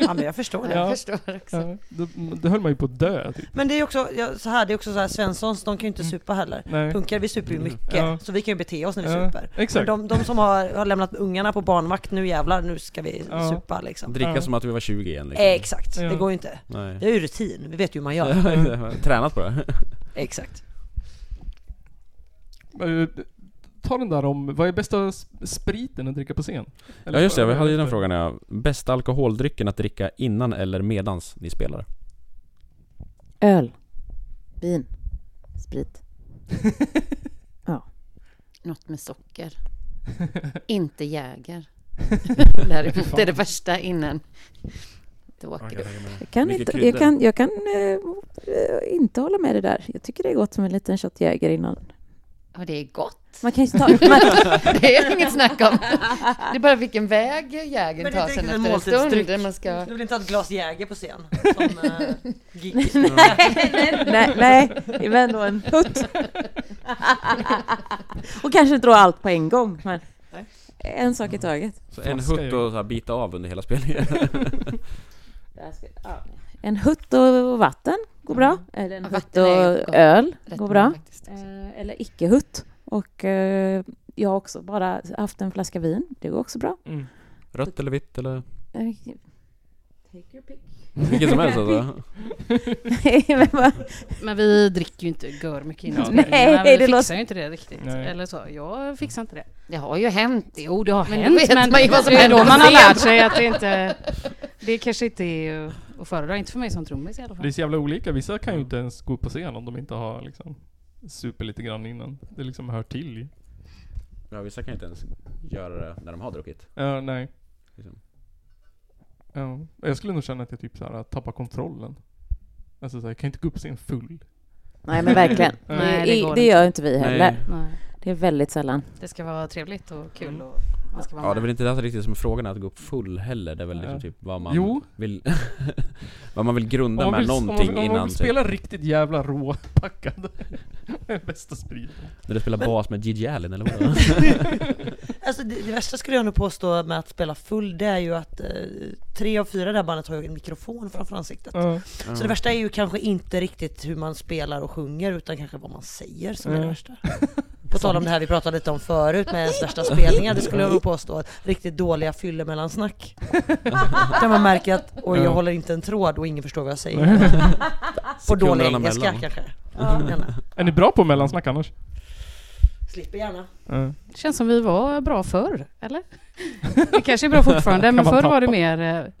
[SPEAKER 7] ja, men jag förstår det.
[SPEAKER 5] Jag
[SPEAKER 2] Ja.
[SPEAKER 5] förstår också.
[SPEAKER 2] Ja, då, då höll man ju på att dö typ.
[SPEAKER 7] Men det är också ja, så här, det är också så här, Svenssons, de kan ju inte supa heller.
[SPEAKER 2] Nej.
[SPEAKER 7] Punkare, vi super ju mycket,
[SPEAKER 2] Mm. Ja.
[SPEAKER 7] så vi kan ju bete oss när vi
[SPEAKER 2] Ja,
[SPEAKER 7] super. Men
[SPEAKER 2] Exakt.
[SPEAKER 7] de, de som har, har lämnat ungarna på barnvakt, nu jävlar, nu ska vi
[SPEAKER 2] Ja.
[SPEAKER 7] supa liksom.
[SPEAKER 3] Dricka
[SPEAKER 2] Ja.
[SPEAKER 3] som att vi var 20 igen liksom.
[SPEAKER 7] Eh, Exakt,
[SPEAKER 2] Ja.
[SPEAKER 7] det går ju inte. Vi
[SPEAKER 3] Nej.
[SPEAKER 7] har ju rutin, vi vet ju hur man gör.
[SPEAKER 3] Tränat på det.
[SPEAKER 7] Exakt.
[SPEAKER 2] Eh, Ta den där om, vad är bästa s- spriten att dricka på scen? Eller
[SPEAKER 3] Ja just det,
[SPEAKER 2] för-
[SPEAKER 3] vi hade ju den frågan ja. Bästa alkoholdrycken att dricka innan eller medans ni spelar?
[SPEAKER 4] Öl, vin, sprit.
[SPEAKER 5] Något med socker. Inte Jäger. Däremot är det värsta innan. Då åker du.
[SPEAKER 4] Jag kan,
[SPEAKER 3] Mycket
[SPEAKER 4] inte, jag
[SPEAKER 3] krydda.
[SPEAKER 4] kan, jag kan eh, eh, inte hålla med det där. Jag tycker det är gott med en liten shot Jäger innan.
[SPEAKER 5] Ja, det är gott.
[SPEAKER 4] Man kan ju ta... Man,
[SPEAKER 5] Det är inget snack om. Det är bara vilken väg Jägern
[SPEAKER 7] Men det är
[SPEAKER 5] tar
[SPEAKER 7] inte
[SPEAKER 5] sen
[SPEAKER 7] riktigt en
[SPEAKER 5] efter en stund.
[SPEAKER 7] måltidsdryck.
[SPEAKER 5] Där man ska...
[SPEAKER 7] Du vill inte ha ett glas Jäger på scen? Som, eh, gig.
[SPEAKER 4] nej, nej, men då en putt. och kanske inte dra allt på en gång, men
[SPEAKER 7] Nej.
[SPEAKER 4] en sak i taget.
[SPEAKER 3] Så en
[SPEAKER 2] Flaska
[SPEAKER 3] hutt
[SPEAKER 2] ju.
[SPEAKER 3] och så här bita av under hela spelningen.
[SPEAKER 4] En hutt och vatten går bra. Eller en
[SPEAKER 5] Mm. Ja,
[SPEAKER 4] hutt
[SPEAKER 5] vatten är ju
[SPEAKER 4] och
[SPEAKER 5] gott.
[SPEAKER 4] öl
[SPEAKER 5] Rätt
[SPEAKER 4] går
[SPEAKER 5] mål
[SPEAKER 4] bra.
[SPEAKER 5] faktiskt.
[SPEAKER 4] Eh, Eller icke-hutt. Och eh, jag har också bara haft en flaska vin. Det går också bra.
[SPEAKER 2] Mm.
[SPEAKER 3] Rött eller vitt eller
[SPEAKER 4] Eh, Take your pick.
[SPEAKER 3] vilket som helst alltså.
[SPEAKER 4] Nej, men vad-
[SPEAKER 6] Men vi dricker ju inte gör mycket innan
[SPEAKER 2] Ja.
[SPEAKER 4] Nej,
[SPEAKER 6] spelningarna.
[SPEAKER 4] det
[SPEAKER 6] Vi fixar
[SPEAKER 4] låter-
[SPEAKER 6] ju inte det riktigt.
[SPEAKER 2] Nej.
[SPEAKER 6] Eller så. Jag fixar inte det.
[SPEAKER 5] Det har ju hänt.
[SPEAKER 6] Jo, det har
[SPEAKER 5] Men
[SPEAKER 6] hänt.
[SPEAKER 5] vet
[SPEAKER 6] men
[SPEAKER 5] man ju vad som
[SPEAKER 6] det är
[SPEAKER 5] händer
[SPEAKER 6] då
[SPEAKER 5] på
[SPEAKER 6] man har
[SPEAKER 5] scen.
[SPEAKER 6] lärt sig att det inte... Det kanske inte är att föredra. Inte för mig som trummis i alla
[SPEAKER 2] Det är
[SPEAKER 6] fall.
[SPEAKER 2] så jävla olika, vissa kan ju inte ens gå upp på scen om de inte har liksom super lite grann innan. Det liksom hör till ju.
[SPEAKER 3] Ja, vissa kan ju inte ens göra det när de har druckit.
[SPEAKER 2] Ja, nej.
[SPEAKER 3] Liksom.
[SPEAKER 2] Ja, jag skulle nog känna att jag typ såhär tappar kontrollen. Alltså såhär, jag kan inte gå upp på scen full.
[SPEAKER 4] Nej men verkligen.
[SPEAKER 2] Nej,
[SPEAKER 4] det,
[SPEAKER 6] det
[SPEAKER 4] det,
[SPEAKER 6] går
[SPEAKER 4] gör inte vi heller.
[SPEAKER 3] Nej.
[SPEAKER 6] Nej.
[SPEAKER 4] Det är väldigt sällan.
[SPEAKER 6] Det ska vara trevligt och kul och man ska vara
[SPEAKER 3] Ja det är väl
[SPEAKER 6] med.
[SPEAKER 3] inte det riktigt som är frågan att gå upp full heller, det är väl liksom
[SPEAKER 2] Nej.
[SPEAKER 3] typ vad man
[SPEAKER 2] Jo.
[SPEAKER 3] vill Vad man vill grunda
[SPEAKER 2] Om man
[SPEAKER 3] med
[SPEAKER 2] vill, om man, vill-
[SPEAKER 3] någonting
[SPEAKER 2] om man
[SPEAKER 3] innan
[SPEAKER 2] vill
[SPEAKER 3] typ,
[SPEAKER 2] spela riktigt jävla rå packad. Bästa sprit.
[SPEAKER 3] när du spelar bas med Gigi Allen eller vad
[SPEAKER 7] Alltså det, det värsta skulle jag nog påstå med att spela full, det är ju att eh, tre av fyra i det här bandet har ju en mikrofon framför ansiktet. Så det värsta är ju kanske inte riktigt hur man spelar och sjunger, utan kanske vad man säger som är det
[SPEAKER 2] Ja.
[SPEAKER 7] värsta. På tal om det här vi pratade lite om förut med ens värsta spelningar, det skulle jag nog påstå, att riktigt dåliga fyllemellansnack. Där man märker att oj, jag
[SPEAKER 2] Ja.
[SPEAKER 7] håller inte en tråd och ingen förstår vad jag säger. På dålig
[SPEAKER 3] Sekunderna
[SPEAKER 7] engelska
[SPEAKER 3] mellan.
[SPEAKER 7] kanske. Ja, gärna.
[SPEAKER 2] Är ni bra på mellansnack annars?
[SPEAKER 7] Slipper gärna.
[SPEAKER 2] Ja.
[SPEAKER 6] Känns som vi var bra förr, eller? Det kanske är bra fortfarande,
[SPEAKER 2] man
[SPEAKER 6] men förr
[SPEAKER 2] tappa?
[SPEAKER 6] var det mer... eh,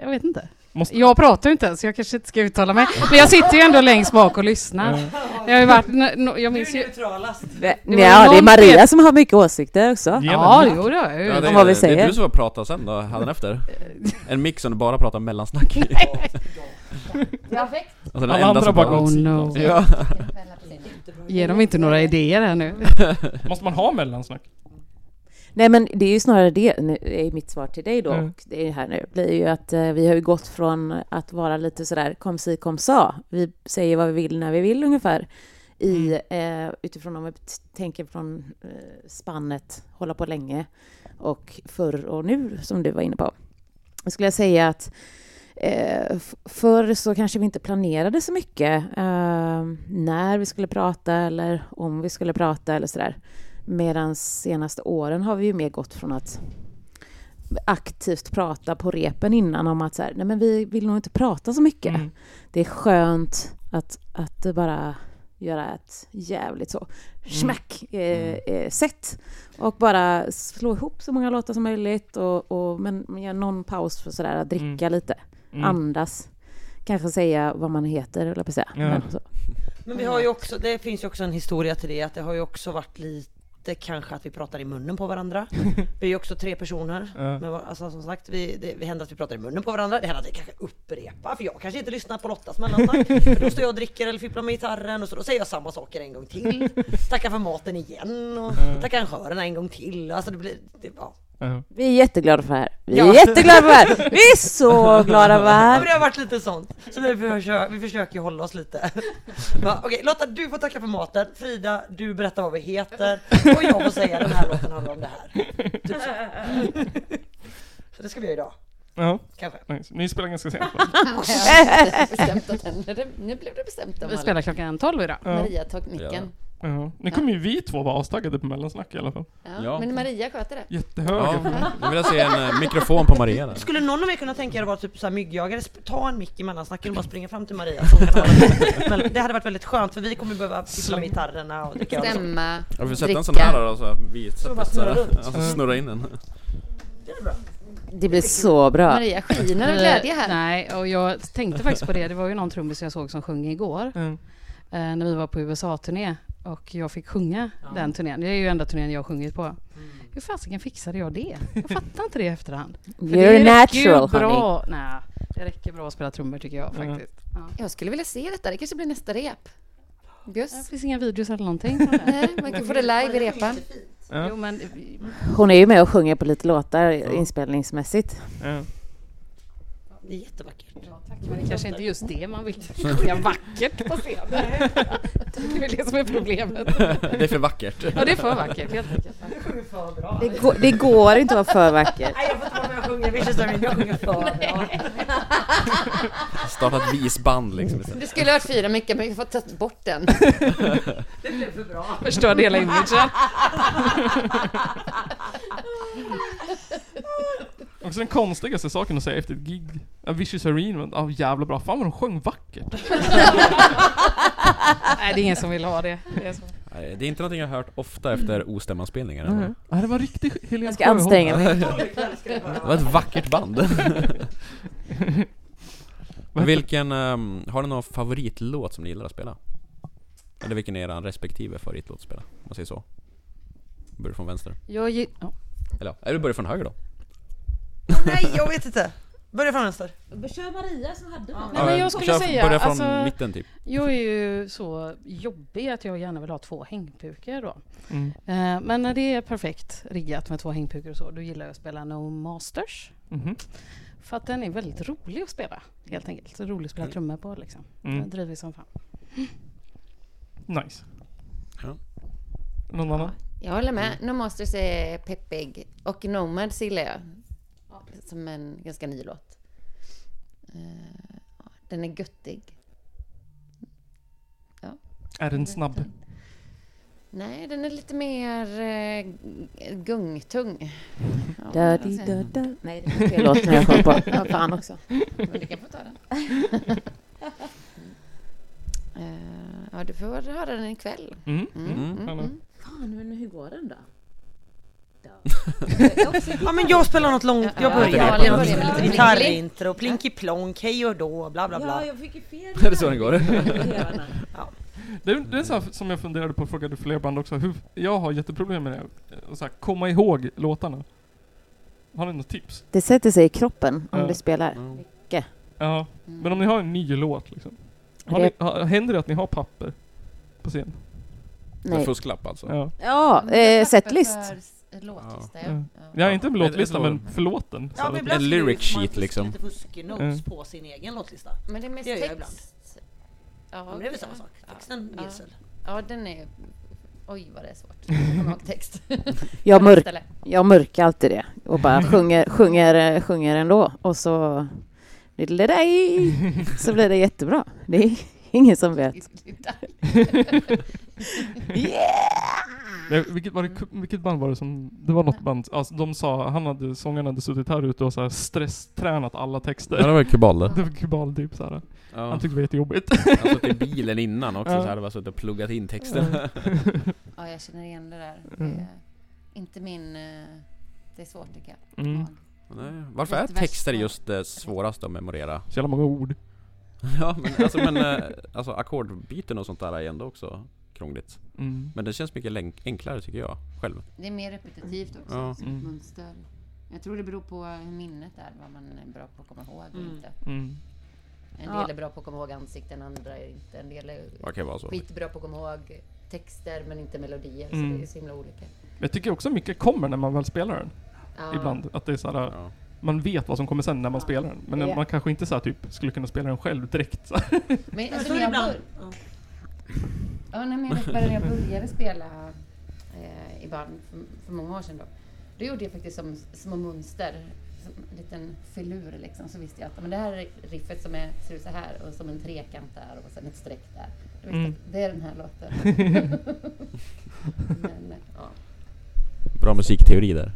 [SPEAKER 6] Jag vet inte.
[SPEAKER 2] Måste-
[SPEAKER 6] Jag pratar ju inte ens, jag kanske inte ska uttala mig. Men jag sitter ju ändå längst bak och lyssnar. Jag har ju varit... n- n- Jag minns ju...
[SPEAKER 7] neutralast.
[SPEAKER 4] Nej,
[SPEAKER 6] var
[SPEAKER 4] ja,
[SPEAKER 6] någon
[SPEAKER 4] det är Maria
[SPEAKER 6] fel.
[SPEAKER 4] som har mycket åsikter också.
[SPEAKER 2] Ge
[SPEAKER 6] Ja,
[SPEAKER 2] mig.
[SPEAKER 6] jo det har jag ju.
[SPEAKER 4] Om vad vi
[SPEAKER 3] Det
[SPEAKER 4] säger.
[SPEAKER 3] är du som får prata sen då, handen efter En mix som du bara pratar mellansnack i
[SPEAKER 5] Perfekt.
[SPEAKER 3] Alltså den
[SPEAKER 2] Alla
[SPEAKER 3] enda
[SPEAKER 2] andra
[SPEAKER 3] som
[SPEAKER 2] bara
[SPEAKER 3] bara
[SPEAKER 6] Oh no.
[SPEAKER 3] Ja,
[SPEAKER 6] Ge dem inte några idéer här nu.
[SPEAKER 2] Måste man ha mellansnack?
[SPEAKER 4] Nej men det är ju snarare det, nu är mitt svar till dig då,
[SPEAKER 2] Mm.
[SPEAKER 4] och det är här nu, blir ju att eh, vi har ju gått från att vara lite sådär kom si kom sa, vi säger vad vi vill när vi vill ungefär, i, eh, utifrån om vi t- tänker från eh, spannet hålla på länge och förr och nu som du var inne på. Jag skulle jag säga att eh, f- förr så kanske vi inte planerade så mycket eh, när vi skulle prata eller om vi skulle prata eller sådär. Medan senaste åren har vi ju mer gått från att aktivt prata på repen innan om att så här, nej men vi vill nog inte prata så mycket.
[SPEAKER 2] Mm.
[SPEAKER 4] Det är skönt att, att det bara göra ett jävligt så
[SPEAKER 6] Mm.
[SPEAKER 4] smack eh, eh, sätt och bara slå ihop så många låtar som möjligt och, och men men göra någon paus för sådär att dricka
[SPEAKER 6] Mm.
[SPEAKER 4] lite, andas, kanske säga vad man heter eller på att säga.
[SPEAKER 2] Ja.
[SPEAKER 4] Men så.
[SPEAKER 7] Men vi har ju också, det finns ju också en historia till det, att det har ju också varit lite kanske att vi pratar i munnen på varandra. Vi är ju också tre personer.
[SPEAKER 2] Ja.
[SPEAKER 7] Men vad- alltså, som sagt, vi, det, det händer att vi pratar i munnen på varandra. Det händer att vi kanske upprepar, för jag kanske inte lyssnar på Lottas mellansnack. För då står jag och dricker eller fipplar med gitarren och så då säger jag samma saker en gång till. Tackar för maten igen och tackar arrangörerna en gång till. Alltså det blir, det, ja.
[SPEAKER 2] Ja.
[SPEAKER 4] Vi är jätteglada för det här. Vi är
[SPEAKER 7] Ja.
[SPEAKER 4] jätteglada för det här. Vi är så glada för det
[SPEAKER 7] Ja, men
[SPEAKER 4] här.
[SPEAKER 7] det har varit lite sånt. Så vi försöker, vi försöker ju hålla oss lite. Va, Okej, Lotta du får tacka för maten. Frida, du berättar vad vi heter. Och jag får säga den här låten handlar om det här. Typ så. så det ska vi göra idag,
[SPEAKER 2] ja.
[SPEAKER 7] kanske.
[SPEAKER 2] Nice. Ni spelar ganska sent.
[SPEAKER 5] Bestämt att den, nu blev det bestämt om
[SPEAKER 6] Vi
[SPEAKER 5] alla.
[SPEAKER 6] spelar klockan 12 idag.
[SPEAKER 2] Ja.
[SPEAKER 5] Maria tog micken.
[SPEAKER 2] Ja. Nu kommer ju vi två vara astaggade på mellansnack i alla fall.
[SPEAKER 5] Ja.
[SPEAKER 3] Ja.
[SPEAKER 5] Men Maria sköter det.
[SPEAKER 2] Jättehöga.
[SPEAKER 3] ja, nu vill jag se en eh, mikrofon på Maria där
[SPEAKER 7] Skulle någon av er kunna tänka er att vara typ så här myggjagare? Sp- Ta en mick i mellansnacken och bara springa fram till Maria. Så hon kan hålla den. Men det hade varit väldigt skönt för vi kommer behöva fippla med gitarrerna och dricka öl och så.
[SPEAKER 5] Stämma,
[SPEAKER 3] Ja, vi får sätta
[SPEAKER 5] dricka.
[SPEAKER 3] en sån här då, så här, vit, så
[SPEAKER 7] bara snurra runt.
[SPEAKER 3] alltså, snurra in den
[SPEAKER 4] Det blir så bra.
[SPEAKER 5] Maria skiner av glädje här.
[SPEAKER 6] Nej, och jag tänkte faktiskt på det. Det var ju någon trummis jag såg som sjöng igår.
[SPEAKER 2] Mm.
[SPEAKER 6] eh, när vi var på USA-turné och jag fick sjunga den turnén. Det är ju enda turnén jag har sjungit på. Hur fasiken fixade jag det? Jag fattar inte det i efterhand. För
[SPEAKER 4] You're
[SPEAKER 6] det räcker ju
[SPEAKER 4] natural, honey.
[SPEAKER 6] bra. Nej, det räcker bra att spela trummor tycker jag
[SPEAKER 2] Ja.
[SPEAKER 6] faktiskt. Ja.
[SPEAKER 5] Jag skulle vilja se detta. Det kanske blir nästa rep.
[SPEAKER 6] Det
[SPEAKER 5] Gus.
[SPEAKER 6] finns inga videos eller någonting. från det.
[SPEAKER 5] Nej, man kan få det live i repan.
[SPEAKER 2] Ja.
[SPEAKER 6] jo, men,
[SPEAKER 4] Hon är ju med och sjunger på lite låtar inspelningsmässigt.
[SPEAKER 2] Ja.
[SPEAKER 7] Det är jättevackert.
[SPEAKER 6] men det kanske inte är just det man vill sjunga vackert på scen. Det är väl det som är problemet.
[SPEAKER 3] Det är för vackert
[SPEAKER 6] Ja, det är för vackert helt enkelt.
[SPEAKER 4] Det, går- det går inte att vara för vacker.
[SPEAKER 7] Nej, jag får inte vara med och sjunga. Vi känns jag sjunger för bra.
[SPEAKER 3] Starta ett visband liksom istället.
[SPEAKER 5] Det skulle ha varit fyra mycket, men vi får ta bort den.
[SPEAKER 6] Förstörde hela imagen.
[SPEAKER 2] Också den konstigaste saken att säga efter ett gig. A vicious arena, ja jävla bra. Fan vad de sjöng vackert.
[SPEAKER 6] Nej, det är ingen som vill ha det. det är så.
[SPEAKER 3] Nej, Det är inte någonting jag har hört ofta efter ostämmanspelningar
[SPEAKER 2] Ja,
[SPEAKER 3] mm.
[SPEAKER 2] det var riktigt Helene
[SPEAKER 4] Jag ska anstränga mig.
[SPEAKER 3] Det var ett vackert band Men Vilken, ehm, har ni någon favoritlåt som ni gillar att spela? Eller vilken är er respektive favoritlåt att spela? Om man säger så Börjar från vänster,
[SPEAKER 6] Jag, gi- ja.
[SPEAKER 3] eller ja, eller börjar från höger då?
[SPEAKER 7] Nej, jag vet inte. Börja från vänster.
[SPEAKER 4] Kör Maria som hade den.
[SPEAKER 6] Nej, men jag skulle
[SPEAKER 3] Kör-
[SPEAKER 6] säga,
[SPEAKER 3] Börja från
[SPEAKER 6] alltså-
[SPEAKER 3] mitten typ.
[SPEAKER 6] Jag är ju så jobbig att jag gärna vill ha två hängpukor då.
[SPEAKER 2] Mm.
[SPEAKER 6] Eh, Men när det är perfekt riggat med två hängpukor och så, då gillar jag att spela No Masters.
[SPEAKER 2] Mhm.
[SPEAKER 6] För att den är väldigt rolig att spela, helt enkelt. Så Rolig att spela trummor på liksom.
[SPEAKER 2] Mm.
[SPEAKER 6] Den driver som fan.
[SPEAKER 2] Nice.
[SPEAKER 3] Ja.
[SPEAKER 2] Någon annan?
[SPEAKER 5] Jag håller med. No Masters är peppig. Och Nomads gillar jag. Som en ganska ny låt. Eh, ja, Den är göttig.
[SPEAKER 2] Är den snabb?
[SPEAKER 5] Nej, den är lite mer eh, g- gungtung. Ja, alltså,
[SPEAKER 4] Da,
[SPEAKER 5] vad
[SPEAKER 4] di,
[SPEAKER 5] säger
[SPEAKER 4] da, da. Nej, det är fel låt när jag kom på. Ja, fan också.
[SPEAKER 5] jag? Men du kan få ta den. Eh, ja, du får höra den ikväll.
[SPEAKER 2] Mm.
[SPEAKER 5] Mm,
[SPEAKER 3] Mm.
[SPEAKER 5] mm, mm.
[SPEAKER 4] Fan, men hur går den då?
[SPEAKER 7] Ja men jag spelar något långt, jag
[SPEAKER 5] Ja,
[SPEAKER 7] börjar.
[SPEAKER 5] Malin
[SPEAKER 7] Det är något
[SPEAKER 5] börjar
[SPEAKER 7] som
[SPEAKER 5] med
[SPEAKER 7] heter
[SPEAKER 5] lite
[SPEAKER 7] gitarrintro, plinky plonk, hej och då, bla bla bla.
[SPEAKER 4] jag fick ju fel.
[SPEAKER 3] Är det så den går?
[SPEAKER 2] Det, är- det är så här som jag funderade på och frågade fler band också. Hur, jag har jätteproblem med det. här. Och Så här, komma ihåg låtarna. Har ni något tips?
[SPEAKER 4] Det sätter sig i kroppen om
[SPEAKER 2] Ja.
[SPEAKER 4] du spelar.
[SPEAKER 3] Mm.
[SPEAKER 2] Ja.
[SPEAKER 5] Mm.
[SPEAKER 2] Men om ni har en ny låt liksom. Har ni,
[SPEAKER 4] Rep.
[SPEAKER 2] ha, händer det att ni har papper? På scen?
[SPEAKER 3] Med
[SPEAKER 4] Nej.
[SPEAKER 3] fusklapp alltså?
[SPEAKER 2] Ja.
[SPEAKER 4] Ja, eh, setlist.
[SPEAKER 5] För låtlista,
[SPEAKER 2] Ja. Mm.
[SPEAKER 5] ja. ja.
[SPEAKER 2] Jag är inte med
[SPEAKER 3] Ja,
[SPEAKER 2] låtlistan
[SPEAKER 3] det-
[SPEAKER 2] men för låten. Så
[SPEAKER 7] Ja, men
[SPEAKER 2] att-
[SPEAKER 7] ibland
[SPEAKER 3] en
[SPEAKER 7] så vill
[SPEAKER 3] lyric
[SPEAKER 7] man
[SPEAKER 3] sheet,
[SPEAKER 7] fuska
[SPEAKER 3] liksom.
[SPEAKER 7] Lite fusknotes på sin egen låtlista.
[SPEAKER 5] Men det är mest
[SPEAKER 7] Det gör jag
[SPEAKER 5] text. Ja,
[SPEAKER 7] Men det är väl samma
[SPEAKER 5] ja.
[SPEAKER 7] sak. Texten
[SPEAKER 5] Ja.
[SPEAKER 7] gisel.
[SPEAKER 5] Ja, den är... Oj, vad det är svårt att komma ihåg text.
[SPEAKER 4] Jag, mörk,
[SPEAKER 5] Ställe.
[SPEAKER 4] jag mörkar alltid det och bara sjunger, sjunger, eh, sjunger ändå. Och så... Diddle day. Så blir det jättebra. Det är ingen som vet.
[SPEAKER 2] Nej, vilket, var det, vilket band var det som... Det var något band, alltså de sa, han hade, sångaren hade suttit här ute och så här stresstränat alla
[SPEAKER 3] Ja,
[SPEAKER 2] texter.
[SPEAKER 3] det var kubal det.
[SPEAKER 2] Det var Kubal typ såhär.
[SPEAKER 3] Ja. Alltså,
[SPEAKER 2] Han tyckte det var jättejobbigt.
[SPEAKER 3] Jag har suttit i bilen innan också
[SPEAKER 2] Ja.
[SPEAKER 3] så hade jag suttit och pluggat in texten.
[SPEAKER 5] Ja, jag känner igen det där.
[SPEAKER 2] Mm.
[SPEAKER 5] Det är inte min... eh, Det är svårt tycker jag.
[SPEAKER 2] Mm.
[SPEAKER 5] Ja.
[SPEAKER 3] Nej. Varför är texter just det svåraste att memorera?
[SPEAKER 2] Så jävla många ord.
[SPEAKER 3] Ja men alltså, men, eh, alltså ackordbyten och sånt där är ändå också krångligt.
[SPEAKER 2] Mm.
[SPEAKER 3] Men det känns mycket lenk- enklare tycker jag, själv.
[SPEAKER 5] Det är mer repetitivt också.
[SPEAKER 3] Ja.
[SPEAKER 5] som
[SPEAKER 2] Mm.
[SPEAKER 5] ett mönster. Jag tror det beror på hur minnet är, vad man är bra på att komma ihåg och
[SPEAKER 7] Mm.
[SPEAKER 5] inte.
[SPEAKER 2] Mm.
[SPEAKER 5] En
[SPEAKER 4] Ja.
[SPEAKER 5] del är bra på att komma ihåg ansikten, andra är inte. En del är
[SPEAKER 3] Det kan vara så.
[SPEAKER 5] skitbra på att komma ihåg texter men inte melodier. Så
[SPEAKER 2] Mm.
[SPEAKER 5] det är så himla olika.
[SPEAKER 2] Men Jag tycker också mycket kommer när man väl spelar den.
[SPEAKER 5] Ja.
[SPEAKER 2] Ibland. Att det är såhär,
[SPEAKER 3] Ja.
[SPEAKER 2] man vet vad som kommer sen när man spelar den. Men
[SPEAKER 4] Ja.
[SPEAKER 2] man kanske inte såhär typ skulle kunna spela den själv direkt. såhär.
[SPEAKER 5] Men
[SPEAKER 7] Men
[SPEAKER 5] alltså,
[SPEAKER 7] så
[SPEAKER 5] när
[SPEAKER 7] är det ibland.
[SPEAKER 5] jag, bör- ja, nej, men jag vet bara när jag började spela eh, i band för, för många år sedan då. Då gjorde jag faktiskt som små mönster, som en liten filur liksom. Så visste jag att men det här är riffet som är, ser ut så här och som en trekant där och sen ett streck där. Då visste jag
[SPEAKER 2] Mm.
[SPEAKER 5] att det är den här låten. men, ja,
[SPEAKER 3] Bra musikteori där.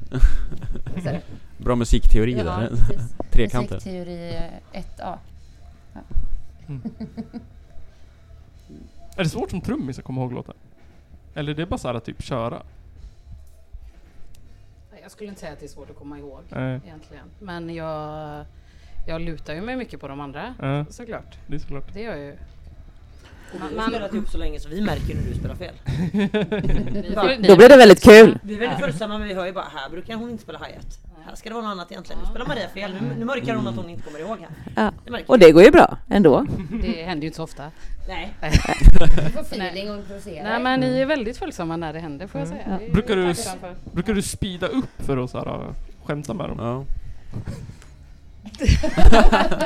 [SPEAKER 5] så är det.
[SPEAKER 3] Bra musikteori
[SPEAKER 5] Ja,
[SPEAKER 3] där.
[SPEAKER 5] precis.
[SPEAKER 3] Trekanter.
[SPEAKER 5] Musikteori 1A.
[SPEAKER 2] är det svårt som trummis att komma ihåg låten? Eller är det bara såhär typ köra?
[SPEAKER 6] Jag skulle inte säga att det är svårt att komma ihåg
[SPEAKER 2] Nej.
[SPEAKER 6] egentligen. Men jag, jag lutar ju mig mycket på de andra
[SPEAKER 2] Ja,
[SPEAKER 6] såklart.
[SPEAKER 2] det är såklart.
[SPEAKER 6] Det gör jag ju.
[SPEAKER 7] Och
[SPEAKER 6] Man-
[SPEAKER 7] vi
[SPEAKER 6] man-
[SPEAKER 7] har spelat ihop så länge så vi märker ju när du spelar fel.
[SPEAKER 4] Då blir det väldigt kul.
[SPEAKER 7] Vi är väldigt följsamma men vi hör ju bara här brukar hon inte spela hi-hat. Här ska det vara något annat egentligen. Nu spelar Maria fel. Nu, nu mörkar hon att hon inte kommer ihåg här.
[SPEAKER 4] Ja.
[SPEAKER 7] Det märker
[SPEAKER 4] Och
[SPEAKER 7] vi.
[SPEAKER 4] det går ju bra ändå.
[SPEAKER 6] Det händer ju inte så ofta.
[SPEAKER 7] Nej.
[SPEAKER 5] Du får feeling och improvisera.
[SPEAKER 6] Nej men ni är väldigt följsamma när det händer får jag säga. Det är jag
[SPEAKER 2] Brukar du s-
[SPEAKER 6] tacksam för.
[SPEAKER 2] Brukar du speeda upp för att såhär, skämta med dem?
[SPEAKER 3] Ja.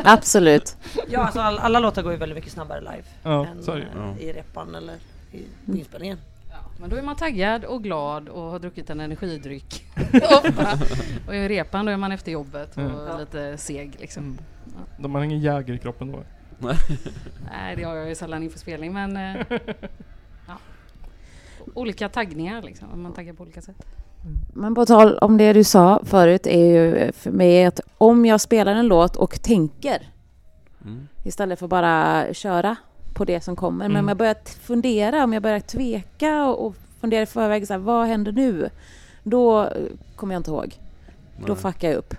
[SPEAKER 4] Absolut.
[SPEAKER 7] Ja alltså all, alla låtar går ju väldigt mycket snabbare live.
[SPEAKER 2] Ja,
[SPEAKER 7] än
[SPEAKER 2] så är det ju.
[SPEAKER 7] eh, i repan eller i, på
[SPEAKER 4] Mm.
[SPEAKER 7] inspelningen.
[SPEAKER 6] Men då är man taggad och glad och har druckit en energidryck. Ofta. och i repan då är man efter jobbet och
[SPEAKER 2] Mm.
[SPEAKER 6] lite seg liksom.
[SPEAKER 2] Mm. De har ingen Jäger i kroppen då.
[SPEAKER 6] Nej det har jag ju sällan inför spelning men eh, ja. Olika taggningar liksom. Man taggar på olika sätt.
[SPEAKER 4] Men på tal om det du sa förut är ju för mig att om jag spelar en låt och tänker
[SPEAKER 3] Mm.
[SPEAKER 4] istället för bara köra på det som kommer. Men om
[SPEAKER 2] Mm.
[SPEAKER 4] jag börjar t- fundera, om jag börjar tveka och, och fundera i förväg, så här, vad händer nu? Då eh, kommer jag inte ihåg. Då
[SPEAKER 3] Nej.
[SPEAKER 4] fuckar jag upp.